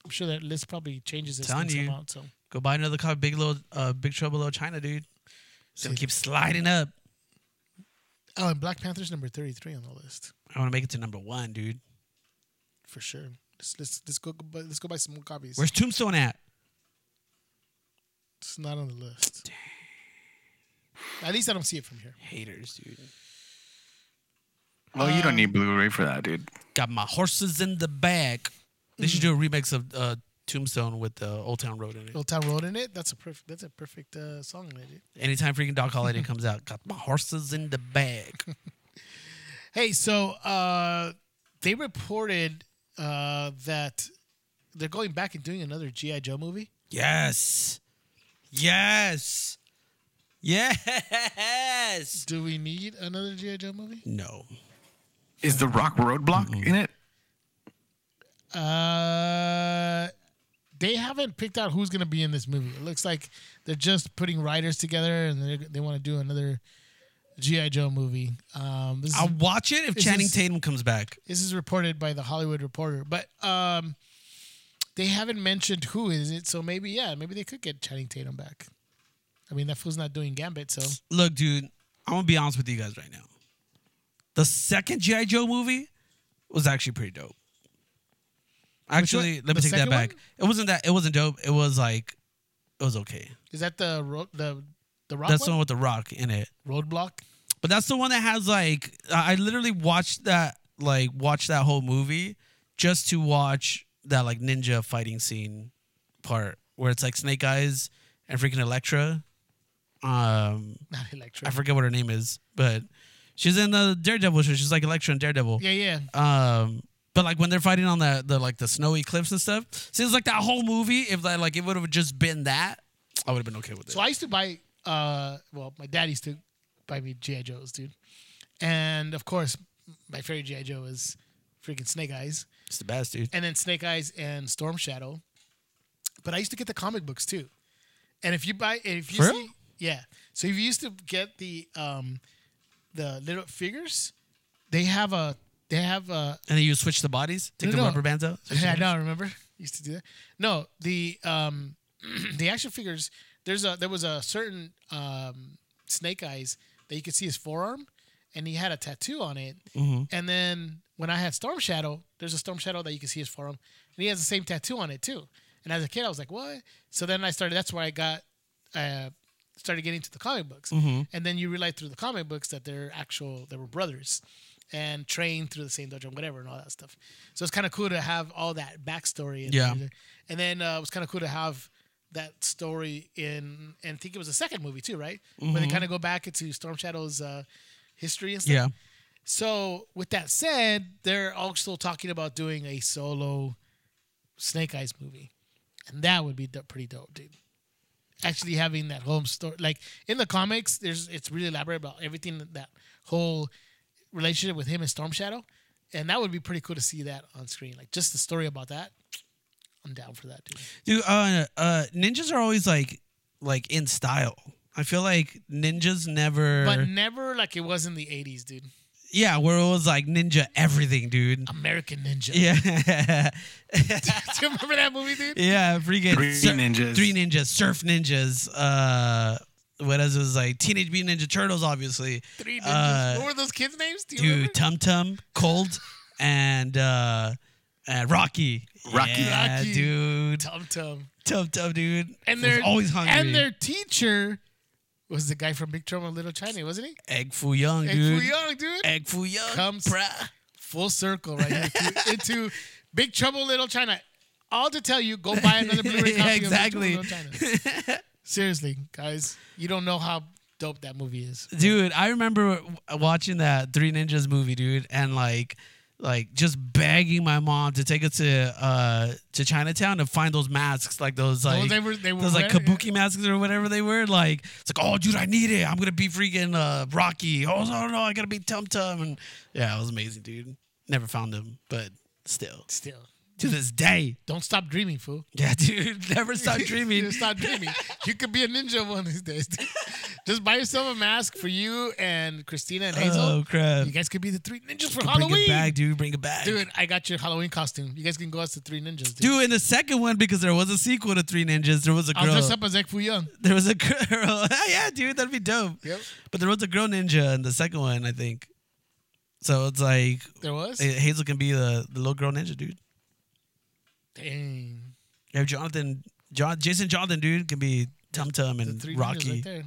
Speaker 3: I'm sure that list probably changes as
Speaker 2: Telling
Speaker 3: things
Speaker 2: you.
Speaker 3: come out. So.
Speaker 2: Go buy another copy of Big Little, uh, Big Trouble Little China, dude. It's gonna
Speaker 3: See.
Speaker 2: keep sliding up.
Speaker 3: Oh, and Black Panther's number 33 on the list
Speaker 2: I want to make it to number one, dude.
Speaker 3: for sure. Let's let's, let's go bu- let's go buy some more copies.
Speaker 2: Where's Tombstone at?
Speaker 3: it's not on the list. At least I don't see it from here.
Speaker 2: Haters, dude.
Speaker 1: Well, you
Speaker 3: Uh,
Speaker 1: don't need Blu-ray for that, dude.
Speaker 2: Got my horses in the back. They should do a remix of uh, Tombstone with uh, Old Town Road in it.
Speaker 3: Old Town Road in it. That's a perfect. That's a perfect uh, song, lady.
Speaker 2: Anytime freaking Doc Holiday comes out, got my horses in the back.
Speaker 3: Hey, so uh, they reported uh, that they're going back and doing another GI Joe movie.
Speaker 2: Yes. Yes. Yes.
Speaker 3: Do we need another GI Joe movie?
Speaker 2: No.
Speaker 1: Is the Rock Roadblock
Speaker 2: Mm-hmm.
Speaker 1: in it?
Speaker 3: Uh, they haven't picked out who's going to be in this movie. It looks like they're just putting writers together and they they want to do another GI Joe movie. Um, this, is,
Speaker 2: I'll watch it if
Speaker 3: Is
Speaker 2: Channing
Speaker 3: this-
Speaker 2: Tatum comes back.
Speaker 3: this is reported by the Hollywood Reporter, but um, they haven't mentioned who is it. So maybe yeah, maybe they could get Channing Tatum back. I mean, that fool's not doing Gambit, so
Speaker 2: Look, dude, I'm going to be honest with you guys right now. The second G.I. Joe movie was actually pretty dope. Actually, let me
Speaker 3: The
Speaker 2: take that
Speaker 3: second
Speaker 2: back.
Speaker 3: one?
Speaker 2: It wasn't that it wasn't dope. It was like it was okay.
Speaker 3: is that the ro- the the rock
Speaker 2: That's the
Speaker 3: one?
Speaker 2: one with the rock in it.
Speaker 3: roadblock?
Speaker 2: But that's the one that has like I I literally watched that like watched that whole movie just to watch that like ninja fighting scene part where it's like Snake Eyes and freaking Elektra. Um
Speaker 3: Not Electra.
Speaker 2: I forget what her name is, but she's in the Daredevil show. She's like Elektra and Daredevil.
Speaker 3: yeah, yeah.
Speaker 2: Um but like when they're fighting on the, the like the snowy cliffs and stuff, seems like that whole movie, if that like it would have just been that, I would have been okay with it.
Speaker 3: So I used to buy, uh, well, my dad used to buy me GI Joes, dude. And of course, my favorite GI Joe is freaking Snake Eyes,
Speaker 2: it's the best, dude.
Speaker 3: and then Snake Eyes and Storm Shadow. But I used to get the comic books too. And if you buy, if you
Speaker 2: For
Speaker 3: see,
Speaker 2: real?
Speaker 3: yeah. So if you used to get the um, the little figures, they have a they have a
Speaker 2: And then you switch the bodies, take
Speaker 3: No,
Speaker 2: the
Speaker 3: no.
Speaker 2: rubber bands out. switch
Speaker 3: yeah,
Speaker 2: them.
Speaker 3: no, remember? Used to do that. No, the um the action figures, there's a there was a certain um snake eyes that you could see his forearm and he had a tattoo on it. And then when I had Storm Shadow, there's a Storm Shadow that you can see his forearm and he has the same tattoo on it too. And as a kid I was like, "What?" So then I started that's where I got uh started getting into the comic books, and then you realize through the comic books that they're actual they were brothers, and trained through the same dojo and whatever and all that stuff. So it's kind of cool to have all that backstory. And
Speaker 2: Yeah.
Speaker 3: and then uh, it was kind of cool to have that story in and I think it was the second movie too, right? Where they kind of go back into Storm Shadow's uh, history and stuff.
Speaker 2: Yeah.
Speaker 3: So with that said, they're also talking about doing a solo Snake Eyes movie, and that would be do- pretty dope, dude. Actually, having that home story, like in the comics, there's it's really elaborate about everything that- that whole relationship with him and Storm Shadow, and that would be pretty cool to see that on screen. Like just the story about that, I'm down for that, dude.
Speaker 2: Dude, uh, uh, ninjas are always like, like in style. I feel like ninjas never.
Speaker 3: But never like it was in the '80s, dude.
Speaker 2: yeah, where it was like ninja everything, dude.
Speaker 3: American Ninja.
Speaker 2: Yeah,
Speaker 3: Do you remember that movie, dude?
Speaker 2: yeah, freaking
Speaker 1: Three ninjas.
Speaker 2: three ninjas, surf ninjas. Uh, what else was like Teenage Mutant Ninja Turtles, obviously.
Speaker 3: Three ninjas.
Speaker 2: Uh,
Speaker 3: what were those kids' names? Do you remember?
Speaker 2: Dude, Tum Tum, Cold, and uh, uh Rocky.
Speaker 1: Rocky.
Speaker 2: yeah,
Speaker 3: Rocky.
Speaker 2: dude.
Speaker 3: Tum Tum.
Speaker 2: Tum Tum, dude. was
Speaker 3: And their
Speaker 2: always hungry.
Speaker 3: And their teacher was the guy from Big Trouble in Little China, wasn't he?
Speaker 2: egg foo young,
Speaker 3: And
Speaker 2: dude.
Speaker 3: Fu Young, dude.
Speaker 2: Egg foo young.
Speaker 3: Comes-
Speaker 2: bruh.
Speaker 3: Full circle right here to- into Big Trouble in Little China. All to tell you, go buy another Blu-ray
Speaker 2: Yeah,
Speaker 3: copy
Speaker 2: exactly.
Speaker 3: of Big Trouble in Little China. Seriously, guys, you don't know how dope that movie is.
Speaker 2: dude i remember w- watching that three ninjas movie dude and like like just begging my mom to take us to uh to chinatown to find those masks like those
Speaker 3: ones
Speaker 2: like
Speaker 3: Oh, they were- they were
Speaker 2: those like
Speaker 3: wearing, yeah.
Speaker 2: kabuki masks or whatever they were like it's like oh dude i need it i'm gonna be freaking uh rocky oh no no i gotta be tum tum and yeah it was amazing dude never found them but still
Speaker 3: Still,
Speaker 2: to this day
Speaker 3: don't stop dreaming, fool.
Speaker 2: yeah dude never stop dreaming
Speaker 3: Just stop dreaming. You could be a ninja one of these days. dude. Just buy yourself a mask for you and Christina and Hazel.
Speaker 2: oh crap
Speaker 3: You guys could be the three ninjas for
Speaker 2: bring
Speaker 3: Halloween.
Speaker 2: it back dude bring it back
Speaker 3: Dude, I got your Halloween costume. You guys can go as the Three Ninjas, dude.
Speaker 2: Dude, in the second one, because there was a sequel to Three Ninjas, there was a
Speaker 3: I'll
Speaker 2: girl.
Speaker 3: dress up as Egg Foo Young.
Speaker 2: There was a girl. yeah, dude, that'd be dope.
Speaker 3: Yep.
Speaker 2: But there was a girl ninja in the second one, I think. So it's like
Speaker 3: There was.
Speaker 2: eh, Hazel can be the, the little girl ninja, dude.
Speaker 3: Dang.
Speaker 2: You have Jonathan, John, Jason Jonathan, dude, can be Tum Tum
Speaker 3: The
Speaker 2: and
Speaker 3: Three Ninjas
Speaker 2: Rocky.
Speaker 3: right there.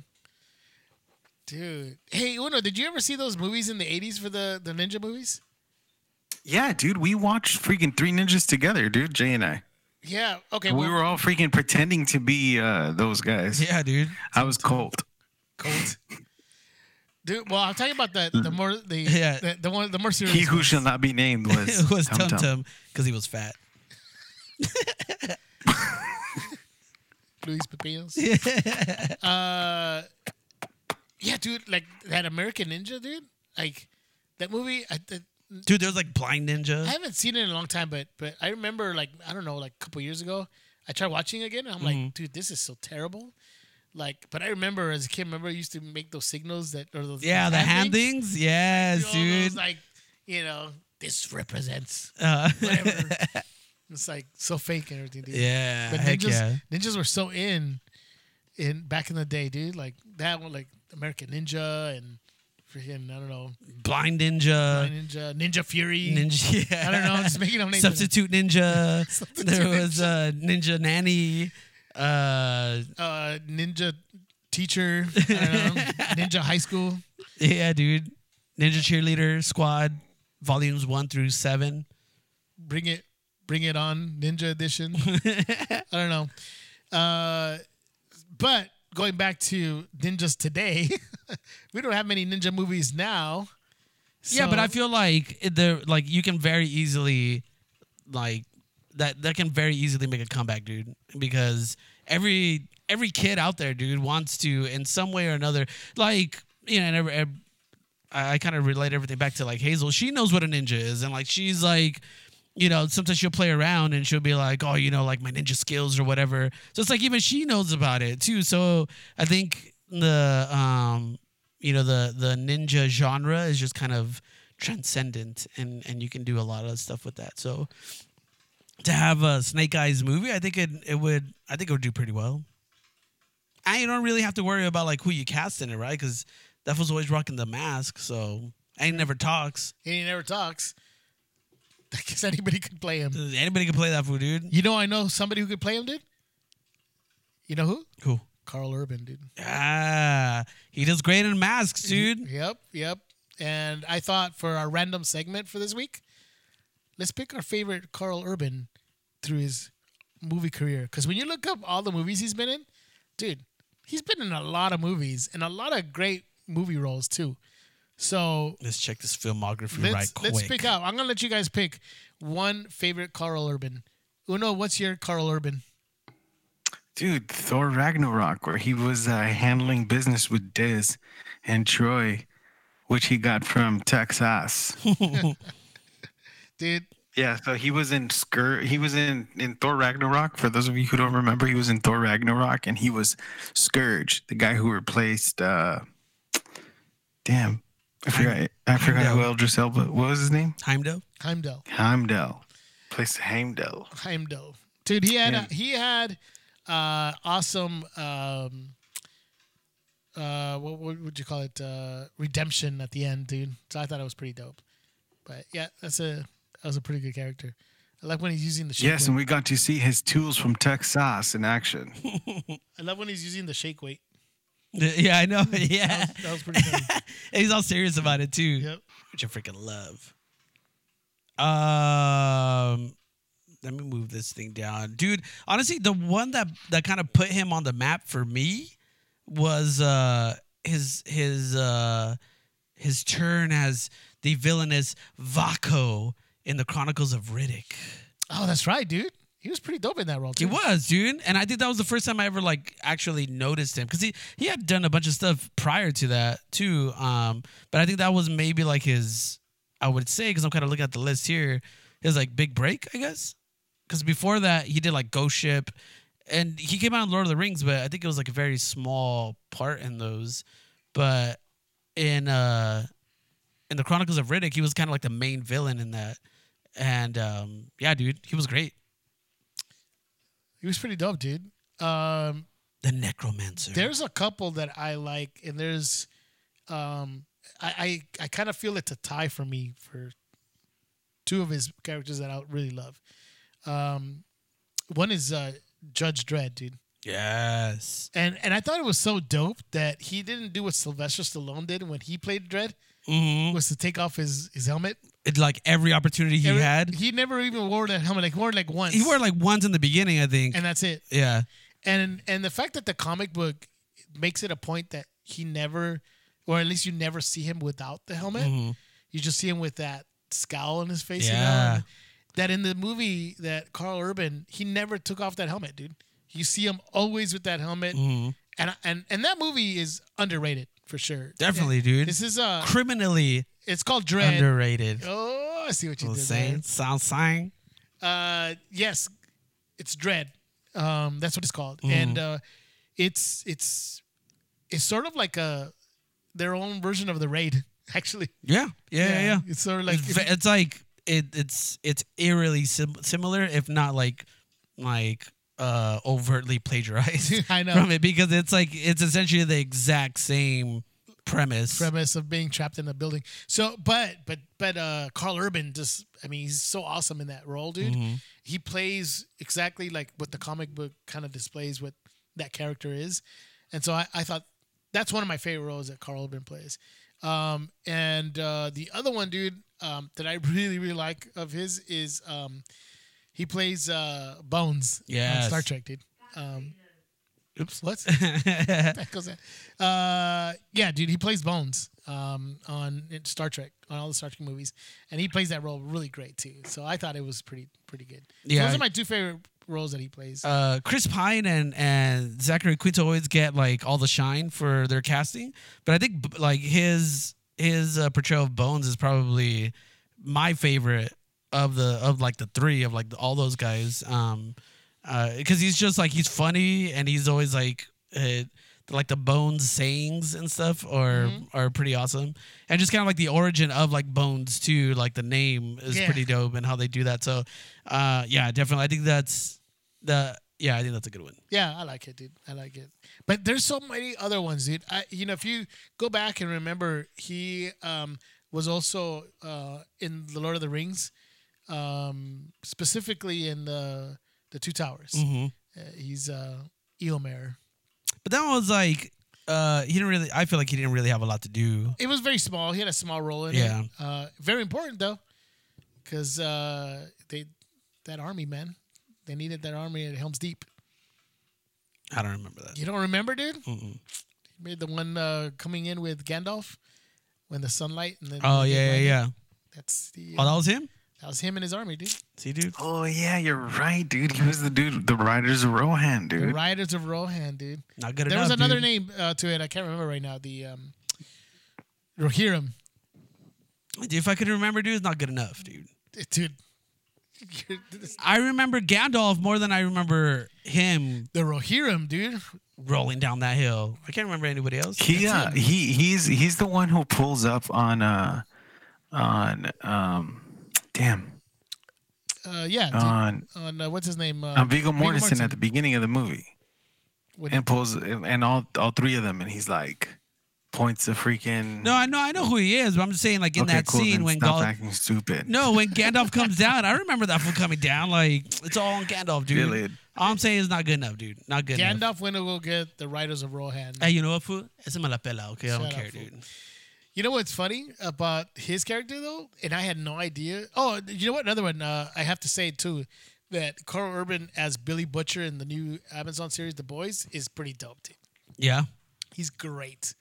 Speaker 3: Dude. Hey, Uno, did you ever see those movies in the 80s for the, the ninja movies?
Speaker 1: Yeah, dude, we watched freaking Three Ninjas together, dude. Jay and I.
Speaker 3: Yeah. Okay.
Speaker 1: And we
Speaker 3: well,
Speaker 1: were all freaking pretending to be uh, those guys.
Speaker 2: yeah, dude.
Speaker 1: I was cold.
Speaker 3: cold. Dude, well, I'm talking about the the more the
Speaker 2: Mm. Yeah.
Speaker 3: the, the one the more serious.
Speaker 1: He who
Speaker 3: ones.
Speaker 1: shall not be named was,
Speaker 2: it was Tum Tum because he was fat.
Speaker 3: Luis Pepinos. uh, yeah, dude, like that American Ninja, dude. Like that movie. I, that,
Speaker 2: Dude, there was like Blind Ninja.
Speaker 3: I haven't seen it in a long time, but but I remember like I don't know, like a couple years ago, I tried watching it again. And I'm
Speaker 2: Mm-hmm.
Speaker 3: like, dude, this is so terrible. Like, but I remember as a kid, remember I used to make those signals that or those
Speaker 2: yeah, the hand things. Yes,
Speaker 3: all
Speaker 2: dude.
Speaker 3: those, like you know, this represents
Speaker 2: Uh,
Speaker 3: whatever. it's like so fake and everything, dude.
Speaker 2: yeah,
Speaker 3: But
Speaker 2: heck
Speaker 3: ninjas,
Speaker 2: yeah.
Speaker 3: ninjas were so in, in back in the day, dude. Like that one, like American Ninja and freaking I don't know,
Speaker 2: Blind Ninja.
Speaker 3: Ninja, Ninja Fury,
Speaker 2: Ninja. Yeah.
Speaker 3: I don't know, I'm just making up names.
Speaker 2: Substitute Ninja.
Speaker 3: Substitute
Speaker 2: there was uh, Ninja Nanny. Uh,
Speaker 3: uh, Ninja Teacher, I don't know, Ninja High School.
Speaker 2: yeah, dude. Ninja Cheerleader Squad, volumes one through seven.
Speaker 3: Bring it, bring it on, Ninja Edition. I don't know, uh, but going back to ninjas today, we don't have many ninja movies now.
Speaker 2: yeah, but
Speaker 3: so-
Speaker 2: I feel like it- they're like you can very easily, like that that can very easily make a comeback, dude. Because every every kid out there, dude, wants to in some way or another, like you know, and every, ev- I, I kind of relate everything back to like Hazel. She knows what a ninja is, and like she's like, you know, sometimes she'll play around and she'll be like, oh, you know, like my ninja skills or whatever. So it's like even she knows about it too. So I think the um, you know, the the ninja genre is just kind of transcendent, and and you can do a lot of stuff with that. So to have a Snake Eyes movie, I think it it would I think it would do pretty well. And you don't really have to worry about like who you cast in it, right? Because that was always rocking the mask, so and he never talks.
Speaker 3: and he never talks. I guess anybody could play him.
Speaker 2: Anybody can play that fool, dude.
Speaker 3: You know, I know somebody who could play him, dude. You know who?
Speaker 2: Cool.
Speaker 3: Carl Urban, dude.
Speaker 2: Ah, he does great in masks, dude.
Speaker 3: Yep, yep. And I thought for our random segment for this week, let's pick our favorite Carl Urban through his movie career. Because when you look up all the movies he's been in, dude, he's been in a lot of movies and a lot of great movie roles too. So
Speaker 2: Let's check this filmography
Speaker 3: let's
Speaker 2: right quick.
Speaker 3: let's pick out. I'm gonna let you guys pick one favorite Carl Urban. Uno, what's your Carl Urban?
Speaker 1: Dude, Thor Ragnarok, where he was uh, handling business with Diz and Troy, which he got from Texas.
Speaker 3: Dude,
Speaker 1: yeah, so he was in Scour- he was in, in Thor Ragnarok. For those of you who don't remember, he was in Thor Ragnarok and he was Scourge, the guy who replaced uh damn. I forgot I forgot who Eldris Elba what was his name?
Speaker 2: Heimdall.
Speaker 3: Heimdall.
Speaker 1: Heimdall. Replaced Heimdall.
Speaker 3: Heimdall. Dude, he had a, he had uh, awesome um, uh, what, what would you call it? Uh, redemption at the end, dude. So I thought it was pretty dope. But yeah, that's a that was a pretty good character. I like when he's using the shake.
Speaker 1: Yes, and
Speaker 3: weight.
Speaker 1: we got to see his tools from Texas in action.
Speaker 3: I love when he's using the shake weight.
Speaker 2: Yeah, I know. Yeah,
Speaker 3: That was, that was pretty funny.
Speaker 2: And he's all serious about it too,
Speaker 3: yep.
Speaker 2: which I freaking love. Um, let me move this thing down, dude. Honestly, the one that that kind of put him on the map for me was uh his his uh his turn as the villainous Vako in the Chronicles of Riddick.
Speaker 3: Oh, that's right, dude. He was pretty dope in that role.
Speaker 2: He
Speaker 3: Too.
Speaker 2: was, dude, and I think that was the first time I ever like actually noticed him because he he had done a bunch of stuff prior to that too. Um, but I think that was maybe like his, I would say, because I'm kind of looking at the list here, his like big break, I guess. Because before that, he did like Ghost Ship, and he came out in Lord of the Rings, but I think it was like a very small part in those. But in uh, in the Chronicles of Riddick, he was kind of like the main villain in that, and um, yeah, dude, he was great.
Speaker 3: He was pretty dope, dude. Um,
Speaker 2: The Necromancer.
Speaker 3: There's a couple that I like, and there's, um, I I, I kind of feel it's a tie for me for two of his characters that I really love. Um, one is uh, Judge Dredd, dude,
Speaker 2: Yes.
Speaker 3: and and I thought it was so dope that he didn't do what Sylvester Stallone did when he played Dredd,
Speaker 2: Mm-hmm.
Speaker 3: was to take off his his helmet.
Speaker 2: It, like every opportunity he
Speaker 3: Every-
Speaker 2: had,
Speaker 3: He never even wore that helmet. Like wore it like once.
Speaker 2: he wore like once in the beginning, I think.
Speaker 3: and that's it.
Speaker 2: yeah.
Speaker 3: and and the fact that the comic book makes it a point that he never or at least you never see him without the helmet
Speaker 2: Mhm.
Speaker 3: you just see him with that scowl on his face
Speaker 2: Yeah.
Speaker 3: you know? that in the movie that carl urban he never took off that helmet dude you see him always with that helmet
Speaker 2: Mhm.
Speaker 3: and and and that movie is underrated for sure
Speaker 2: Definitely, dude.
Speaker 3: this is uh
Speaker 2: Criminally
Speaker 3: it's called dread
Speaker 2: underrated.
Speaker 3: oh i see what you
Speaker 2: Little
Speaker 3: did
Speaker 2: saying,
Speaker 3: there.
Speaker 2: sound saying.
Speaker 3: Uh, yes, it's Dread. Um, that's what it's called,
Speaker 2: Mm.
Speaker 3: and uh, it's it's it's sort of like a their own version of the raid, actually.
Speaker 2: Yeah. Yeah. Yeah. yeah.
Speaker 3: It's sort of like
Speaker 2: It's, ve- it's like it, it's it's eerily sim- similar, if not like like uh overtly plagiarized
Speaker 3: I know.
Speaker 2: from it because it's like it's essentially the exact same premise.
Speaker 3: premise of being trapped in a building. So, but but but uh, Carl Urban just I mean he's so awesome in that role, dude.
Speaker 2: Mm-hmm.
Speaker 3: He plays exactly like what the comic book kind of displays what that character is, and so I, I thought that's one of my favorite roles that Carl Urban plays. Um, and uh, the other one, dude, um, that I really really like of his is um, he plays uh, Bones on
Speaker 2: Yes.
Speaker 3: Star Trek, dude. Um,
Speaker 2: Oops.
Speaker 3: what? heck was that? Uh, yeah, dude, he plays Bones um, on Star Trek, on all the Star Trek movies, and he plays that role really great too. So I thought it was pretty pretty good.
Speaker 2: Yeah.
Speaker 3: those are my two favorite roles that he plays.
Speaker 2: uh, Chris Pine and and Zachary Quinto always get like all the shine for their casting, but I think b- like his his uh, portrayal of Bones is probably my favorite of the of like the three of like the, all those guys. Um, because he's just like he's funny and he's always like uh, like the Bones sayings and stuff are
Speaker 3: Mm-hmm.
Speaker 2: are pretty awesome, and just kind of like the origin of like Bones too, like the name is
Speaker 3: Yeah.
Speaker 2: pretty dope and how they do that. So, uh, yeah, definitely, I think that's the yeah, I think that's a good one.
Speaker 3: yeah, I like it, dude. I like it. But there's so many other ones, dude. I, you know, if you go back and remember, he um, was also uh, in the Lord of the Rings, um,
Speaker 2: Mm.
Speaker 3: Mm-hmm. specifically in the the Two Towers. Uh, he's uh, Eomer.
Speaker 2: But that one was like uh he didn't really I feel like he didn't really have a lot to do.
Speaker 3: It was very small. He had a small role in
Speaker 2: Yeah.
Speaker 3: it. Uh, very important though, because uh, they that army man, they needed that army at Helm's Deep.
Speaker 2: I don't remember that.
Speaker 3: You don't remember, dude?
Speaker 2: Mm-mm.
Speaker 3: He made the one uh, coming in with Gandalf when the sunlight and then
Speaker 2: Oh yeah, yeah, yeah.
Speaker 3: That's the
Speaker 2: Oh, that was him?
Speaker 3: that was him and his army, dude.
Speaker 2: See dude?
Speaker 1: Oh yeah, you're right, dude. He was the dude, the Riders of Rohan,
Speaker 3: The
Speaker 1: dude.
Speaker 3: Riders of Rohan, dude.
Speaker 2: Not good
Speaker 3: There
Speaker 2: enough.
Speaker 3: was another
Speaker 2: dude.
Speaker 3: name uh, to it. I can't remember right now. The um, Rohirrim,
Speaker 2: Dude, If I could remember, dude, it's not good enough, dude.
Speaker 3: Eh, dude. you're- this-
Speaker 2: I remember Gandalf more than I remember him
Speaker 3: The Rohirrim, dude.
Speaker 2: rolling down that hill. I can't remember anybody else.
Speaker 1: He uh, he he's he's the one who pulls up on uh on um damn
Speaker 3: Uh, yeah, dude.
Speaker 1: on
Speaker 3: on uh, what's his name? Uh,
Speaker 1: on Viggo Mortensen at the beginning of the movie
Speaker 3: What-
Speaker 1: and pulls and all all three of them and he's like points a freaking
Speaker 2: No, I know I know who he is, but I'm just saying like in that scene
Speaker 1: then
Speaker 2: when
Speaker 1: stop
Speaker 2: Gal-
Speaker 1: acting stupid.
Speaker 2: No, when Gandalf comes down, I remember that from coming down. Like it's all on Gandalf, dude.
Speaker 1: Really?
Speaker 2: All I'm saying is not good enough, dude. Not good enough.
Speaker 3: Gandalf went to go get the Riders of Rohan.
Speaker 2: Hey, you know what, fool? It's a malapela, okay? I don't
Speaker 3: Shut up,
Speaker 2: care,
Speaker 3: fool.
Speaker 2: dude.
Speaker 3: You know what's funny about his character though, and I had no idea. Oh, you know what? Another one. Uh, I have to say too that Carl Urban as Billy Butcher in the new Amazon series The Boys is pretty dope. Dude.
Speaker 2: Yeah.
Speaker 3: He's great.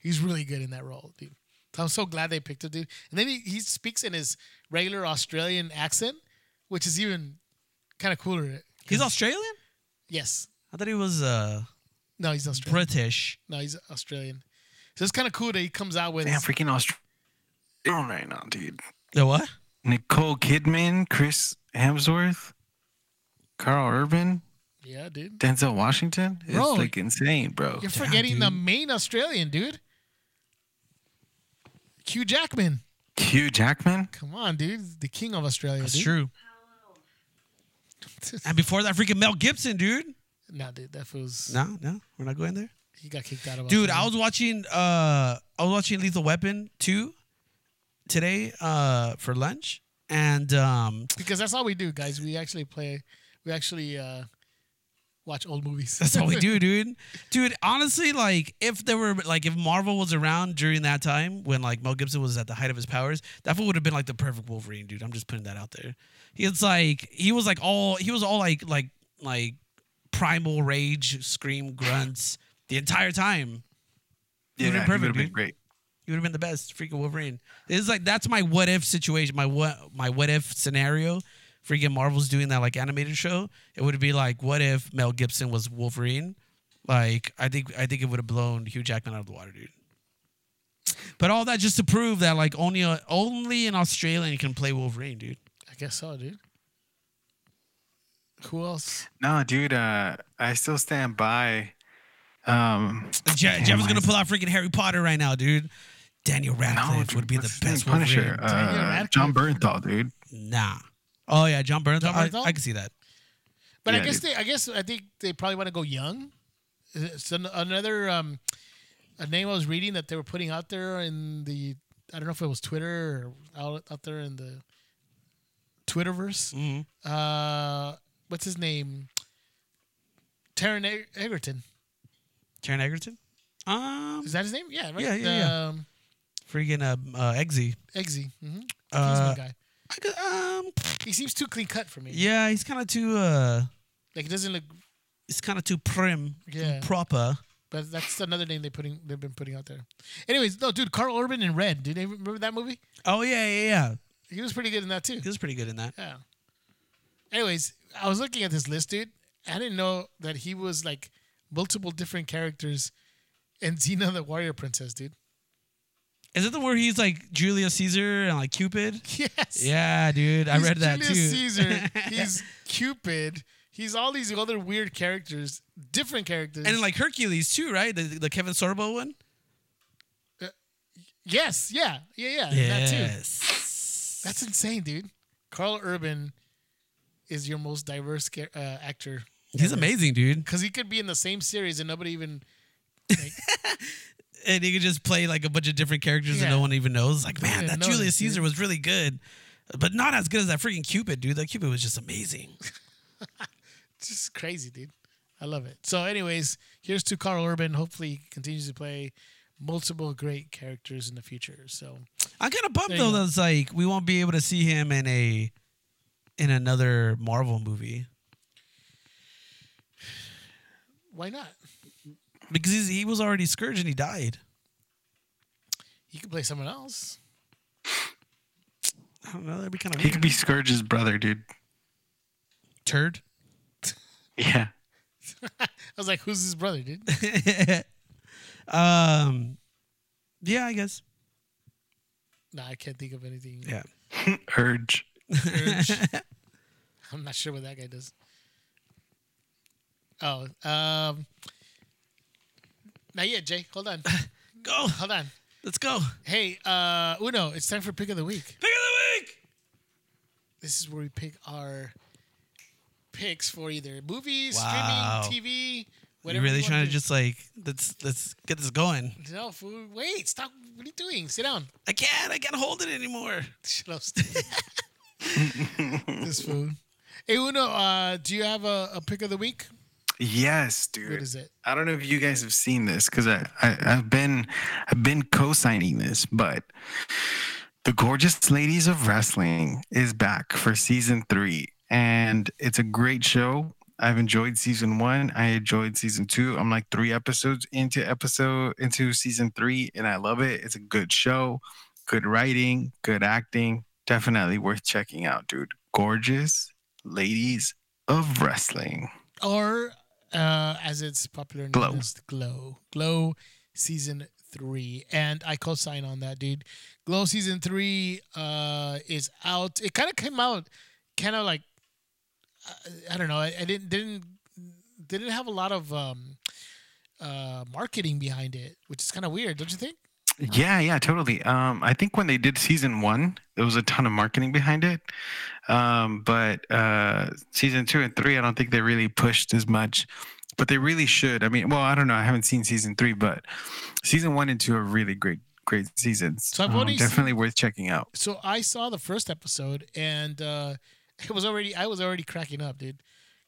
Speaker 3: He's really good in that role, dude. I'm so glad they picked him, dude. And then he, he speaks in his regular Australian accent, which is even kind of cooler.
Speaker 2: He's Australian?
Speaker 3: Yes.
Speaker 2: I thought he was uh
Speaker 3: No, he's Australian.
Speaker 2: British.
Speaker 3: No, he's Australian. So it's kind of cool that he comes out with.
Speaker 1: Damn, freaking Australia right now, dude.
Speaker 2: The what?
Speaker 1: Nicole Kidman, Chris Hemsworth, Carl Urban,
Speaker 3: yeah, dude.
Speaker 1: Denzel Washington. It's
Speaker 3: Bro.
Speaker 1: like insane, bro.
Speaker 3: You're forgetting the
Speaker 2: dude.
Speaker 3: main Australian, dude. Hugh Jackman.
Speaker 1: Hugh Jackman.
Speaker 3: Come on, dude. He's The king of Australia.
Speaker 2: That's
Speaker 3: dude.
Speaker 2: true. And before that, freaking Mel Gibson, dude.
Speaker 3: nah, dude. That fool's.
Speaker 2: No, no, we're not going there.
Speaker 3: He got kicked out of
Speaker 2: Dude, I
Speaker 3: Australia.
Speaker 2: was watching uh I was watching Lethal Weapon 2 today uh for lunch. And um
Speaker 3: Because that's all we do, guys. We actually play. We actually uh, watch old movies.
Speaker 2: That's all we do, dude. Dude, honestly, like if there were like if Marvel was around during that time when like Mel Gibson was at the height of his powers, that fool would have been like the perfect Wolverine, dude. I'm just putting that out there. He's like he was like all he was all like like like primal rage, scream, grunts the entire time.
Speaker 1: Yeah,
Speaker 2: would've been
Speaker 1: he
Speaker 2: perfect,
Speaker 1: would've been
Speaker 2: dude.
Speaker 1: great.
Speaker 2: He would have been the best freaking Wolverine. It's like that's my what if situation, my what my what if scenario. Freaking Marvel's doing that like animated show. It would be like what if Mel Gibson was Wolverine? Like I think I think it would have blown Hugh Jackman out of the water, dude. But all that just to prove that like only a, only an Australian can play Wolverine, dude.
Speaker 3: I guess so, dude. Who else?
Speaker 1: No, dude, uh, I still stand by. Um,
Speaker 2: Je-
Speaker 1: damn,
Speaker 2: Jeff is
Speaker 1: why
Speaker 2: gonna
Speaker 1: is-
Speaker 2: pull out freaking Harry Potter right now, dude. Daniel
Speaker 1: no,
Speaker 2: Radcliffe
Speaker 1: dude,
Speaker 2: would be the
Speaker 1: what's his name?
Speaker 2: best
Speaker 1: Punisher.
Speaker 2: Wolverine.
Speaker 3: Daniel
Speaker 1: Uh,
Speaker 3: Radcliffe.
Speaker 1: John Bernthal, dude.
Speaker 2: Nah. Oh yeah, John Bernthal.
Speaker 3: John
Speaker 2: I-
Speaker 3: Bernthal?
Speaker 2: I can see that.
Speaker 3: But I
Speaker 1: Yeah,
Speaker 3: guess
Speaker 1: dude.
Speaker 3: they. I guess I think they probably want to go young. Uh, So an- another um, a name I was reading that they were putting out there in the. I don't know if it was Twitter or out, out there in the Twitterverse.
Speaker 2: Mhm.
Speaker 3: Uh, what's his name? Taron Eg- Egerton.
Speaker 2: Taron Egerton? Um,
Speaker 3: Is that his name? Yeah, right.
Speaker 2: Yeah, yeah, yeah.
Speaker 3: Um,
Speaker 2: freaking uh, uh Eggsy.
Speaker 3: Eggsy. hmm He's
Speaker 2: Uh,
Speaker 3: my guy.
Speaker 2: I could, um,
Speaker 3: He seems too clean cut for me.
Speaker 2: yeah, he's kind of too uh,
Speaker 3: Like it doesn't look.
Speaker 2: he's kind of too prim,
Speaker 3: Yeah.
Speaker 2: proper.
Speaker 3: But that's another name they putting they've been putting out there. Anyways, no, dude, Carl Urban in Red. Do they remember that movie?
Speaker 2: Oh yeah, yeah, yeah.
Speaker 3: He was pretty good in that too.
Speaker 2: He was pretty good in that.
Speaker 3: Yeah. Anyways, I was looking at this list, dude. I didn't know that he was like multiple different characters in Xena the Warrior Princess, dude.
Speaker 2: Is it the where he's like Julius Caesar and like Cupid?
Speaker 3: Yes.
Speaker 2: Yeah, dude, I
Speaker 3: He's
Speaker 2: read that
Speaker 3: Julius
Speaker 2: too.
Speaker 3: Caesar. He's Cupid. He's all these other weird characters, different characters.
Speaker 2: and like Hercules too, right? The, the Kevin Sorbo one.
Speaker 3: yes, yeah, yeah, yeah, that too.
Speaker 2: Yes.
Speaker 3: That's insane, dude. Carl Urban is your most diverse ca- uh, actor
Speaker 2: He's amazing, dude.
Speaker 3: because he could be in the same series and nobody even.
Speaker 2: and he could just play like a bunch of different characters
Speaker 3: Yeah.
Speaker 2: that no one even knows. Like, man,
Speaker 3: Yeah,
Speaker 2: that
Speaker 3: no,
Speaker 2: Julius
Speaker 3: dude.
Speaker 2: Caesar was really good, but not as good as that freaking Cupid, dude. That Cupid was just amazing.
Speaker 3: Just crazy, dude. I love it. So, anyways, here's to Carl Urban. Hopefully, he continues to play multiple great characters in the future. So,
Speaker 2: I'm kind of bummed
Speaker 3: There you
Speaker 2: though
Speaker 3: go.
Speaker 2: that it's like we won't be able to see him in a in another Marvel movie
Speaker 3: why not?
Speaker 2: because he's, he was already Scourge and he died.
Speaker 3: He could play someone else.
Speaker 2: I don't know. That'd be kind of
Speaker 1: He could
Speaker 2: weird.
Speaker 1: be Scourge's brother, dude.
Speaker 2: turd.
Speaker 1: Yeah.
Speaker 3: I was like, who's his brother, dude?
Speaker 2: um, yeah, I guess.
Speaker 3: nah, I can't think of anything.
Speaker 2: Yeah.
Speaker 1: Urge.
Speaker 3: Urge. I'm not sure what that guy does. Oh, um, not yet, Jay. Hold on,
Speaker 2: Go.
Speaker 3: hold on.
Speaker 2: Let's go.
Speaker 3: Hey, uh, Uno, it's time for pick of the week.
Speaker 2: Pick of the week.
Speaker 3: This is where we pick our picks for either movies,
Speaker 2: Wow.
Speaker 3: streaming, TV,
Speaker 2: You
Speaker 3: whatever.
Speaker 2: really
Speaker 3: you wanna
Speaker 2: trying to
Speaker 3: do.
Speaker 2: just like let's let's get this going.
Speaker 3: no food? Wait, stop! What are you doing? Sit down.
Speaker 2: I can't. I can't hold it anymore.
Speaker 3: Shut up. Steve. this food. Hey Uno, uh, do you have a, a pick of the week?
Speaker 1: Yes, dude.
Speaker 3: What is it?
Speaker 1: I don't know if you guys have seen this because I, I I've been I've been co-signing this, but the gorgeous ladies of wrestling is back for season three, and it's a great show. I've enjoyed season one. I enjoyed season two. I'm like three episodes into episode into season three, and I love it. It's a good show, good writing, good acting. Definitely worth checking out, dude. Gorgeous ladies of wrestling.
Speaker 3: or uh, as it's popular
Speaker 1: Glow.
Speaker 3: known as Glow. Glow season three, and I co-sign on that, dude. Glow season three uh, is out. It kind of came out, kind of like uh, I, I don't know. I, I didn't didn't didn't have a lot of um, uh, marketing behind it, which is kind of weird, don't you think?
Speaker 1: Yeah, yeah, totally. Um, I think when they did season one, there was a ton of marketing behind it. Um, but uh, season two and three, I don't think they really pushed as much, but they really should. I mean, well, I don't know. I haven't seen season three, but season one and two are really great, great seasons.
Speaker 3: So I've
Speaker 1: Um,
Speaker 3: only seen-
Speaker 1: definitely worth checking out.
Speaker 3: so I saw the first episode and uh, it was already I was already cracking up, dude.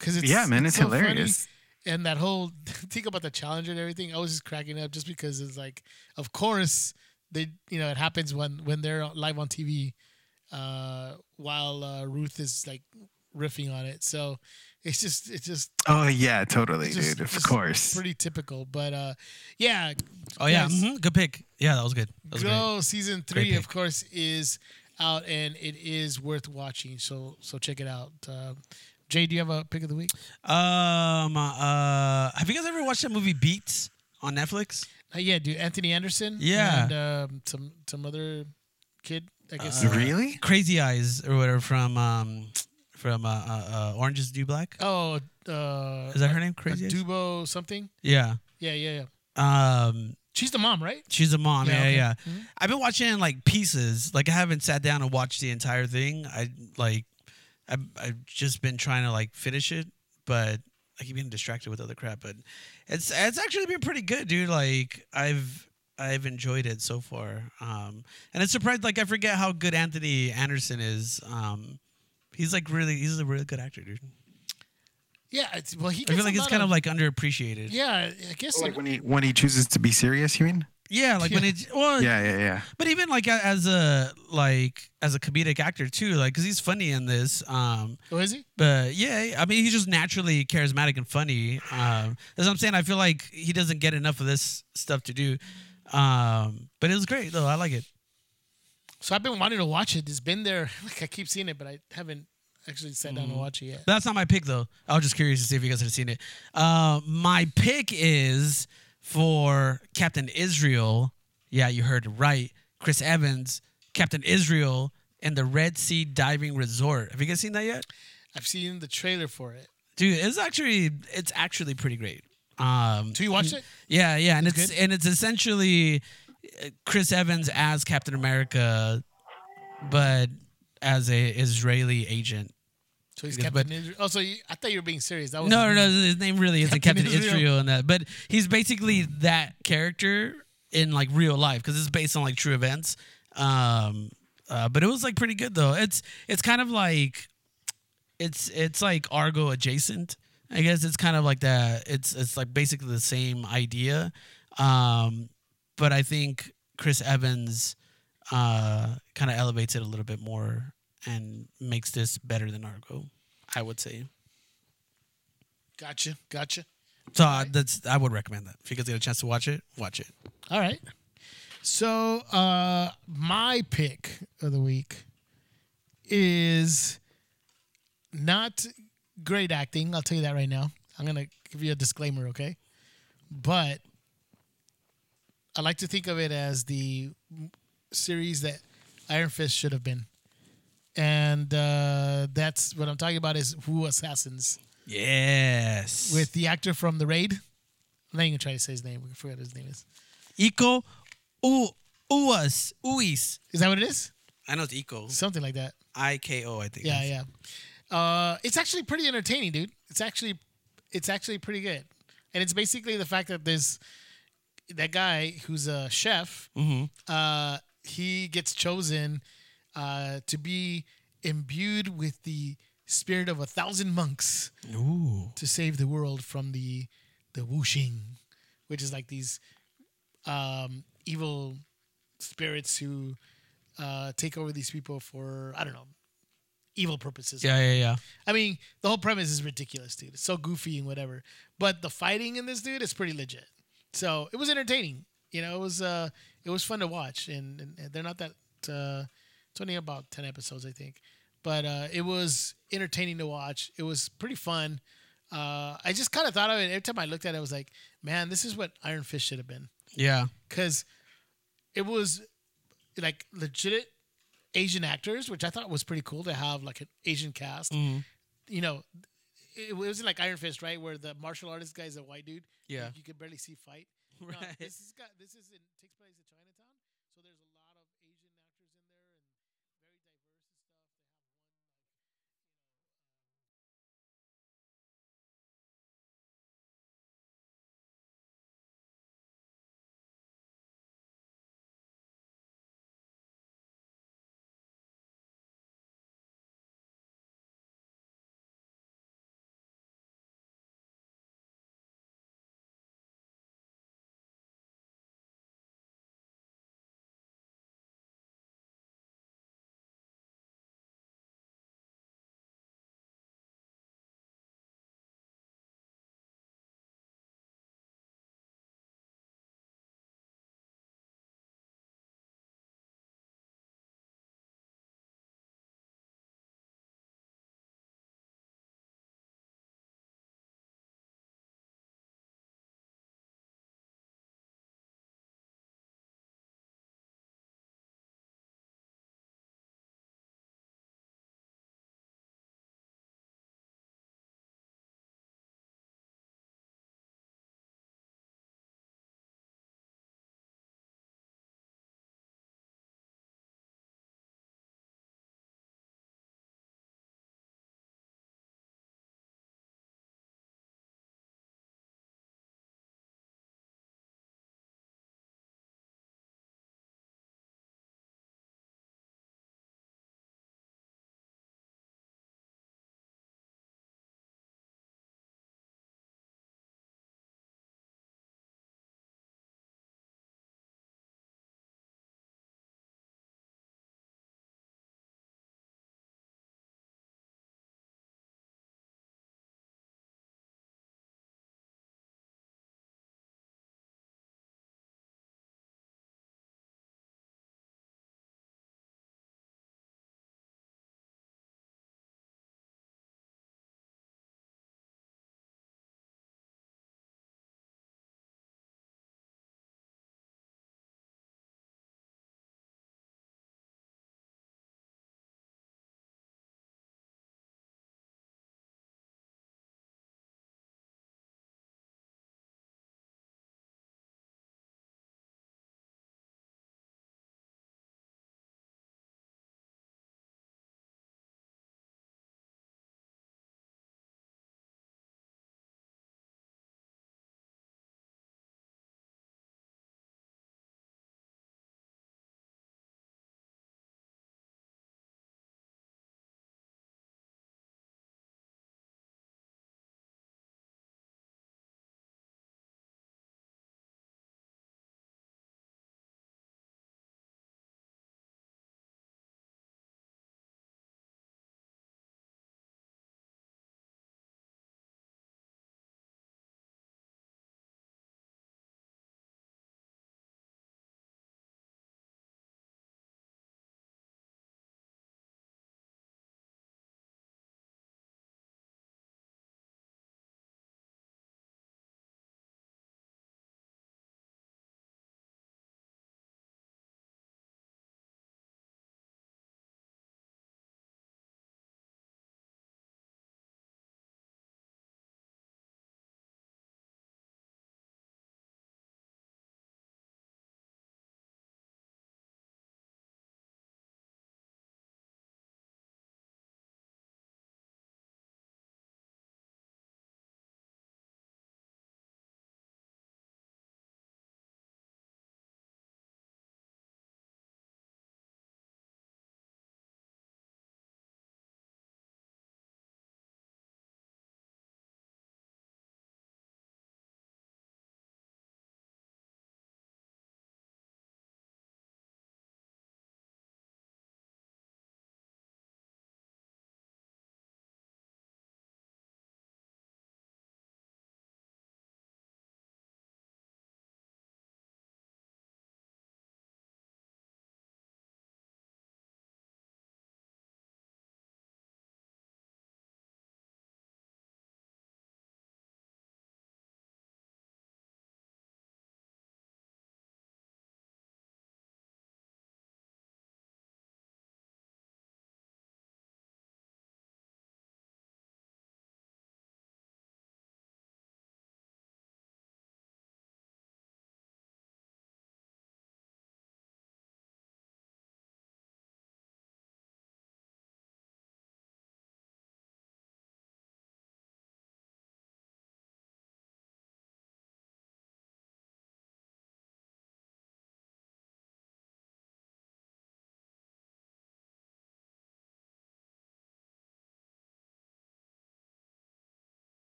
Speaker 3: Cause it's
Speaker 1: Yeah, man, it's
Speaker 3: so funny.
Speaker 1: hilarious.
Speaker 3: And that whole think about the challenge and everything, I was just cracking up just because it's like, of course, they you know it happens when when they're live on TV, uh, while uh, Ruth is like riffing on it. So it's just it's just
Speaker 1: Oh yeah, totally,
Speaker 3: It's just-
Speaker 1: dude. Of
Speaker 3: just
Speaker 1: course.
Speaker 3: pretty typical. But uh, yeah,
Speaker 2: Oh yeah.
Speaker 3: Yes.
Speaker 2: mhm, Good pick. Yeah, that was good. That was great.
Speaker 3: Glow season three, of
Speaker 2: pick.
Speaker 3: course, is out and it is worth watching. So so check it out. Uh, Jay, do you have a pick of the week?
Speaker 2: Um. Uh. Have you guys ever watched that movie Beats on Netflix?
Speaker 3: Uh, yeah, dude, Anthony Anderson.
Speaker 2: Yeah.
Speaker 3: and um, some some other kid. I guess.
Speaker 2: Uh,
Speaker 1: really?
Speaker 2: Crazy Eyes or whatever from um from uh, uh, uh Orange is the New Black.
Speaker 3: Oh, uh,
Speaker 2: Is that her name? Crazy. Eyes?
Speaker 3: Dubo something.
Speaker 2: Yeah.
Speaker 3: Yeah, yeah, yeah.
Speaker 2: Um.
Speaker 3: She's the mom, right?
Speaker 2: She's a mom. Yeah,
Speaker 3: Yeah,
Speaker 2: yeah.
Speaker 3: okay.
Speaker 2: I've been watching like pieces. Like I haven't sat down and watched the entire thing. I like, I've, I've just been trying to like finish it, but I keep getting distracted with other crap. But it's it's actually been pretty good, dude. Like I've I've enjoyed it so far. Um, and it's surprised like I forget how good Anthony Anderson is. Um, he's like really he's a really good actor, dude.
Speaker 3: Yeah. It's, well, he.
Speaker 2: I
Speaker 3: gets
Speaker 2: feel
Speaker 3: a
Speaker 2: like it's
Speaker 3: lot
Speaker 2: kind of like underappreciated. Yeah,
Speaker 3: Yeah, I guess.
Speaker 1: Oh, Like when he when he chooses to be serious, you mean?
Speaker 2: like when it well
Speaker 1: Yeah, yeah, yeah.
Speaker 2: But even like a- as a like as a comedic actor too, like because he's funny in this. Um,
Speaker 3: oh, is he?
Speaker 2: but yeah, I mean he's just naturally charismatic and funny. Um, that's what I'm saying. I feel like he doesn't get enough of this stuff to do. Um, but it was great though. I like it.
Speaker 3: So I've been wanting to watch it. It's been there. Like I keep seeing it, but I haven't actually sat
Speaker 2: Mm-hmm.
Speaker 3: down to watch it yet.
Speaker 2: That's not my pick though. I was just curious to see if you guys had seen it. Uh, my pick is for Captain Israel. Yeah, you heard it right. Chris Evans, Captain Israel, and the Red Sea Diving Resort. Have you guys seen that yet?
Speaker 3: I've seen the trailer for it.
Speaker 2: dude it's actually it's actually pretty great um
Speaker 3: So you watched it?
Speaker 2: yeah yeah and it's,
Speaker 3: good?
Speaker 2: and it's essentially uh, chris evans as captain america but as a israeli agent
Speaker 3: So he's
Speaker 2: Because-
Speaker 3: Captain
Speaker 2: but-
Speaker 3: Israel. Oh, so you, I thought you were being serious. That was
Speaker 2: no no no his name really isn't
Speaker 3: Captain
Speaker 2: captain,
Speaker 3: Israel.
Speaker 2: israel. and that but he's basically that character in like real life because it's based on like true events um uh, but it was like pretty good though it's it's kind of like it's it's like argo adjacent I guess it's kind of like that. It's it's like basically the same idea, um, but I think Chris Evans uh, kind of elevates it a little bit more and makes this better than Argo. I would say.
Speaker 3: Gotcha. Gotcha.
Speaker 2: So uh, that's I would recommend that if you guys get a chance to watch it, watch it.
Speaker 3: All right. So uh my pick of the week is not great acting. I'll tell you that right now. I'm gonna give you a disclaimer, okay? But I like to think of it as the series that Iron Fist should have been, and uh, that's what I'm talking about is Who Assassins
Speaker 2: Yes.
Speaker 3: with the actor from The Raid. I'm not even gonna try to say his name. I forgot what his name is.
Speaker 2: Iko U Uas Uis.
Speaker 3: Is that what it is?
Speaker 2: I know it's Iko.
Speaker 3: Something like that.
Speaker 2: I K O I think.
Speaker 3: Yeah, yeah. Uh, it's actually pretty entertaining, dude. It's actually, it's actually pretty good, and it's basically the fact that there's that guy who's a chef. Uh, he gets chosen uh, to be imbued with the spirit of a thousand monks
Speaker 2: yeah. Ooh.
Speaker 3: to save the world from the the wuxing, which is like these um, evil spirits who uh, take over these people for I don't know evil purposes.
Speaker 2: Yeah, yeah, yeah.
Speaker 3: I mean, the whole premise is ridiculous, dude. It's so goofy and whatever. But the fighting in this dude is pretty legit. So it was entertaining. You know, it was uh, it was fun to watch, and, and, and they're not that. Uh, it's only about ten episodes, I think, but uh, it was entertaining to watch. It was pretty fun. Uh, I just kind of thought of it every time I looked at it. I was like, man, this is what Iron Fist should have been
Speaker 2: Yeah.
Speaker 3: because it was like legit Asian actors, which I thought was pretty cool to have like an Asian cast.
Speaker 2: Mm-hmm.
Speaker 3: You know, it wasn't like Iron Fist, right, where the martial artist guy is a white dude.
Speaker 2: Yeah.
Speaker 3: like, you could barely see fight. No,
Speaker 2: Right.
Speaker 3: this is got this is in, takes place in Chinatown, so there's a lot of Asian actors in there and very diverse.